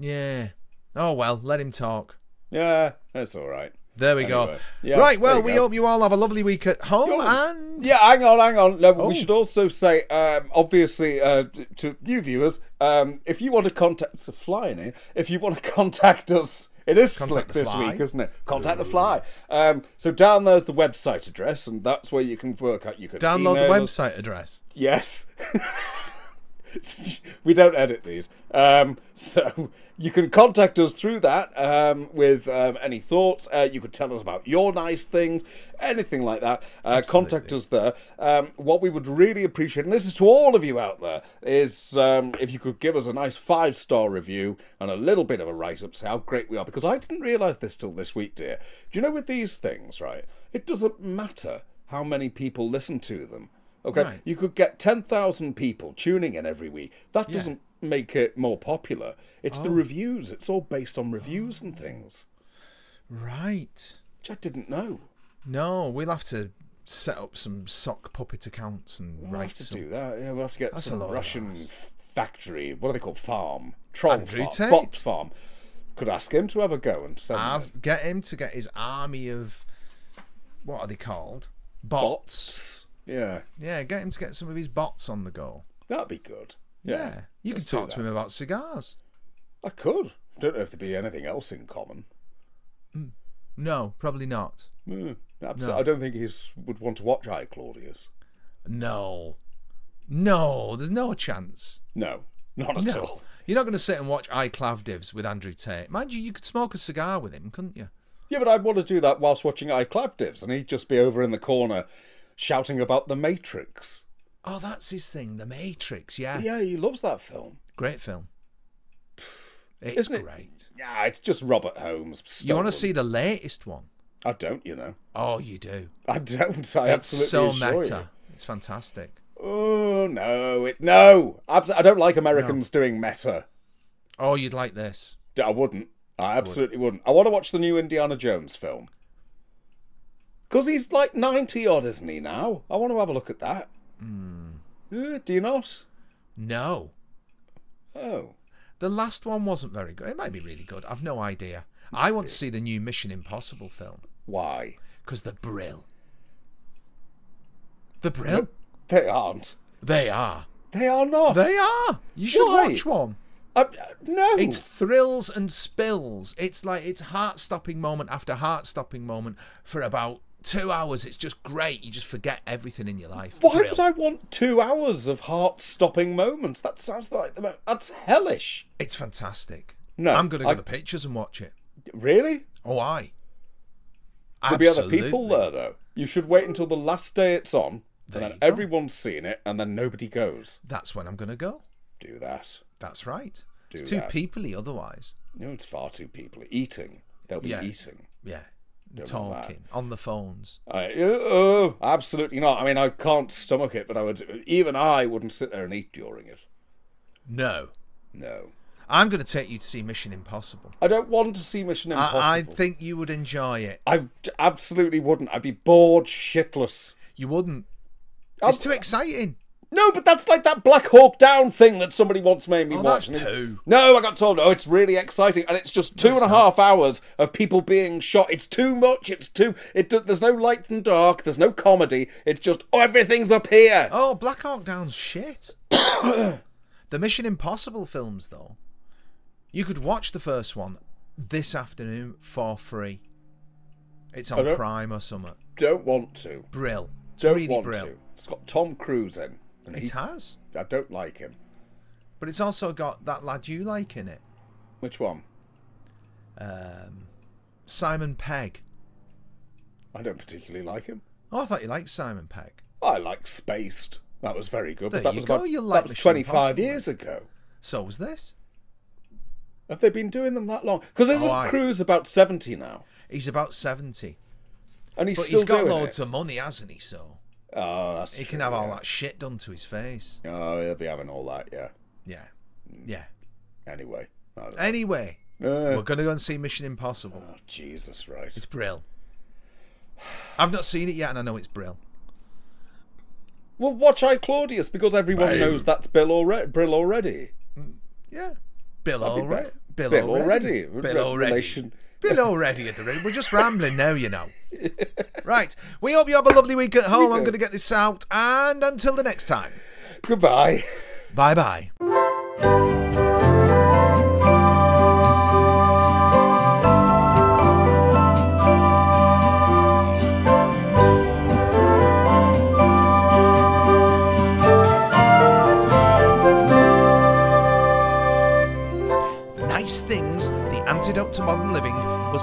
Speaker 2: Yeah. Oh well, let him talk.
Speaker 1: Yeah, that's all right.
Speaker 2: There we go.
Speaker 1: Anyway, yeah,
Speaker 2: right. Well,
Speaker 1: there you
Speaker 2: we
Speaker 1: go.
Speaker 2: hope you all have a lovely week at home. And
Speaker 1: Yeah, hang on, hang on. No,
Speaker 2: Oh.
Speaker 1: We should also say, um, obviously, uh, t- to new viewers, um, if you want to contact, it's a fly in here. If you want to (laughs) contact us, it is slick
Speaker 2: the
Speaker 1: this
Speaker 2: fly.
Speaker 1: week, isn't it? Contact the fly. Um, so down there's the website address, and that's where you can work out. You can
Speaker 2: download the
Speaker 1: email us.
Speaker 2: website address.
Speaker 1: Yes. (laughs) we don't edit these. Um, so you can contact us through that um, with um, any thoughts. Uh, you could tell us about your nice things, anything like that. Uh, contact us there. Um, what we would really appreciate, and this is to all of you out there, is um, if you could give us a nice five star review and a little bit of a write up, say how great we are. Because I didn't realise this till this week, dear. Do you know with these things, right? It doesn't matter how many people listen to them. Okay,
Speaker 2: Right.
Speaker 1: you could get 10,000 people tuning in every week. That doesn't make it more popular. It's
Speaker 2: Oh.
Speaker 1: the reviews. It's all based on reviews and things,
Speaker 2: Right.
Speaker 1: which I didn't know.
Speaker 2: No, we'll have to set up some sock puppet accounts and
Speaker 1: We'll
Speaker 2: write
Speaker 1: have to
Speaker 2: some.
Speaker 1: do that. Yeah, we'll have to get
Speaker 2: a
Speaker 1: some
Speaker 2: lot of
Speaker 1: Russian f- factory. What are they called? Farm. Troll
Speaker 2: Andrew
Speaker 1: farm.
Speaker 2: Tate. Ah,
Speaker 1: Bot farm. Could ask him to have a go and send them.
Speaker 2: Have, get him to get his army of what are they called? bots.
Speaker 1: bots. Yeah,
Speaker 2: Yeah, get him to get some of his bots on the go.
Speaker 1: that'd be good.
Speaker 2: Yeah. You
Speaker 1: let's
Speaker 2: can
Speaker 1: do
Speaker 2: talk to
Speaker 1: that.
Speaker 2: him about cigars.
Speaker 1: I could. Don't know if there'd be anything else in common.
Speaker 2: No, probably not.
Speaker 1: Mm, abso- I don't think he would want to watch I Claudius.
Speaker 2: No. No, there's no chance.
Speaker 1: No, not at all.
Speaker 2: No. You're not going to sit and watch I Clavdivs with Andrew Tate. Mind you, you could smoke a cigar with him, couldn't you?
Speaker 1: Yeah, but I'd want to do that whilst watching iClavdivs, and he'd just be over in the corner shouting about The Matrix.
Speaker 2: Oh, that's his thing, The Matrix. Yeah.
Speaker 1: Yeah, he loves that film.
Speaker 2: Great
Speaker 1: (sighs)
Speaker 2: film. It's
Speaker 1: Isn't it-
Speaker 2: great.
Speaker 1: Yeah, it's just Robert Holmes.
Speaker 2: You want
Speaker 1: stolen.
Speaker 2: to see the latest one?
Speaker 1: I don't, you know.
Speaker 2: Oh, you do.
Speaker 1: I don't. I
Speaker 2: It's so
Speaker 1: absolutely assure you.
Speaker 2: meta. It's fantastic.
Speaker 1: Oh no! It no. Abs- I don't like Americans doing meta.
Speaker 2: Oh, you'd like this.
Speaker 1: D- I wouldn't. I absolutely wouldn't. I want to watch the new Indiana Jones film. Because he's like 90 odd, isn't he now? I want to have a look at that.
Speaker 2: Hmm.
Speaker 1: Uh, do you not?
Speaker 2: No.
Speaker 1: Oh.
Speaker 2: The last one wasn't very good. It might be really good. I've no idea. I want to see the new Mission Impossible film
Speaker 1: Why?
Speaker 2: because the brill. The brill?
Speaker 1: They aren't.
Speaker 2: They are.
Speaker 1: They are not.
Speaker 2: They are. You should
Speaker 1: Why?
Speaker 2: watch one.
Speaker 1: I, uh, no.
Speaker 2: It's thrills and spills. It's like it's heart stopping moment after heart stopping moment for about two hours. It's just great. You just forget everything in your life.
Speaker 1: Why
Speaker 2: Thrill.
Speaker 1: would I want two hours of heart-stopping moments? That sounds like the mo- that's hellish.
Speaker 2: It's fantastic.
Speaker 1: No,
Speaker 2: I'm gonna go
Speaker 1: I-
Speaker 2: to pictures and watch it.
Speaker 1: Really?
Speaker 2: Oh, I.
Speaker 1: There'll be other people there though. You should wait until the last day it's on, and then
Speaker 2: you go.
Speaker 1: everyone's seen it, and then nobody goes.
Speaker 2: That's when I'm gonna go.
Speaker 1: Do that.
Speaker 2: That's right.
Speaker 1: Do
Speaker 2: it's too
Speaker 1: that.
Speaker 2: peoply otherwise.
Speaker 1: No, it's far too people eating. They'll be
Speaker 2: Yeah.
Speaker 1: eating.
Speaker 2: Yeah.
Speaker 1: want that.
Speaker 2: Talking on the phones.
Speaker 1: I, oh, absolutely not. I mean, I can't stomach it, but I would. Even I wouldn't sit there and eat during it.
Speaker 2: No.
Speaker 1: No,
Speaker 2: I'm going to take you to see Mission Impossible.
Speaker 1: I don't want to see Mission Impossible.
Speaker 2: I, I think you would enjoy it.
Speaker 1: I absolutely wouldn't. I'd be bored shitless.
Speaker 2: You wouldn't.
Speaker 1: I'm-
Speaker 2: It's too exciting.
Speaker 1: No, but that's like that Black Hawk Down thing that somebody once made me
Speaker 2: Oh,
Speaker 1: watch.
Speaker 2: that's poo.
Speaker 1: No, I got told. Oh, it's really exciting, and it's just two and a half hours of people being shot. It's too much. It's too. It. do- There's no light and dark. There's no comedy. It's just oh, everything's up here.
Speaker 2: Oh, Black Hawk Down's
Speaker 1: (coughs)
Speaker 2: shit. the Mission Impossible films, though. You could watch the first one this afternoon for free. It's on
Speaker 1: don't-
Speaker 2: Prime or something.
Speaker 1: Don't want to.
Speaker 2: Brill. It's
Speaker 1: Don't
Speaker 2: really
Speaker 1: want
Speaker 2: brill.
Speaker 1: to. It's got Tom Cruise in, and he.
Speaker 2: It has.
Speaker 1: I don't like him.
Speaker 2: But it's also got that lad you like in it.
Speaker 1: Which one?
Speaker 2: Um, Simon Pegg.
Speaker 1: I don't particularly like him.
Speaker 2: Oh, I thought you liked Simon Pegg.
Speaker 1: I like Spaced. That was very good.
Speaker 2: There
Speaker 1: but that
Speaker 2: you
Speaker 1: was
Speaker 2: go,
Speaker 1: about-
Speaker 2: you like
Speaker 1: that was
Speaker 2: Mission
Speaker 1: 25
Speaker 2: Impossible.
Speaker 1: years ago.
Speaker 2: So was this.
Speaker 1: Have they been doing them that long? Because isn't
Speaker 2: Oh, I-
Speaker 1: Cruise about 70 now?
Speaker 2: He's about 70.
Speaker 1: And he's
Speaker 2: But
Speaker 1: still
Speaker 2: he's got
Speaker 1: doing
Speaker 2: loads
Speaker 1: it.
Speaker 2: of money, hasn't he? So
Speaker 1: Oh, that's
Speaker 2: he
Speaker 1: true,
Speaker 2: can have all
Speaker 1: yeah.
Speaker 2: that shit done to his face.
Speaker 1: Oh, he'll be having all that, yeah.
Speaker 2: Yeah. Yeah.
Speaker 1: Anyway. I don't-
Speaker 2: Anyway,
Speaker 1: Uh,
Speaker 2: we're going to go and see Mission Impossible.
Speaker 1: oh, Jesus, right.
Speaker 2: It's brill. I've not seen it yet and I know it's brill.
Speaker 1: Well, watch I Claudius because everyone
Speaker 2: Bang.
Speaker 1: knows that's Bill already. Brill already.
Speaker 2: Yeah. Bill
Speaker 1: That'd be
Speaker 2: already.
Speaker 1: better.
Speaker 2: Bill,
Speaker 1: Bill
Speaker 2: already.
Speaker 1: already.
Speaker 2: Bill
Speaker 1: Re-
Speaker 2: already.
Speaker 1: relation.
Speaker 2: Bill already at the rate. We're
Speaker 1: (laughs)
Speaker 2: just rambling now, you know. Right. We hope you have a lovely week at home. I'm
Speaker 1: do.
Speaker 2: going to get this out. And until the next time,
Speaker 1: Goodbye. (laughs)
Speaker 2: bye bye. Nice Things, The Antidote to Modern Living, was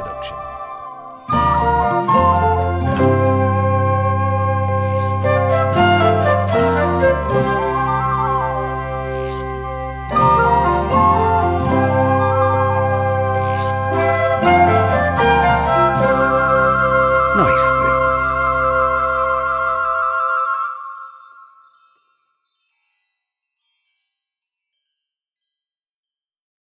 Speaker 2: production.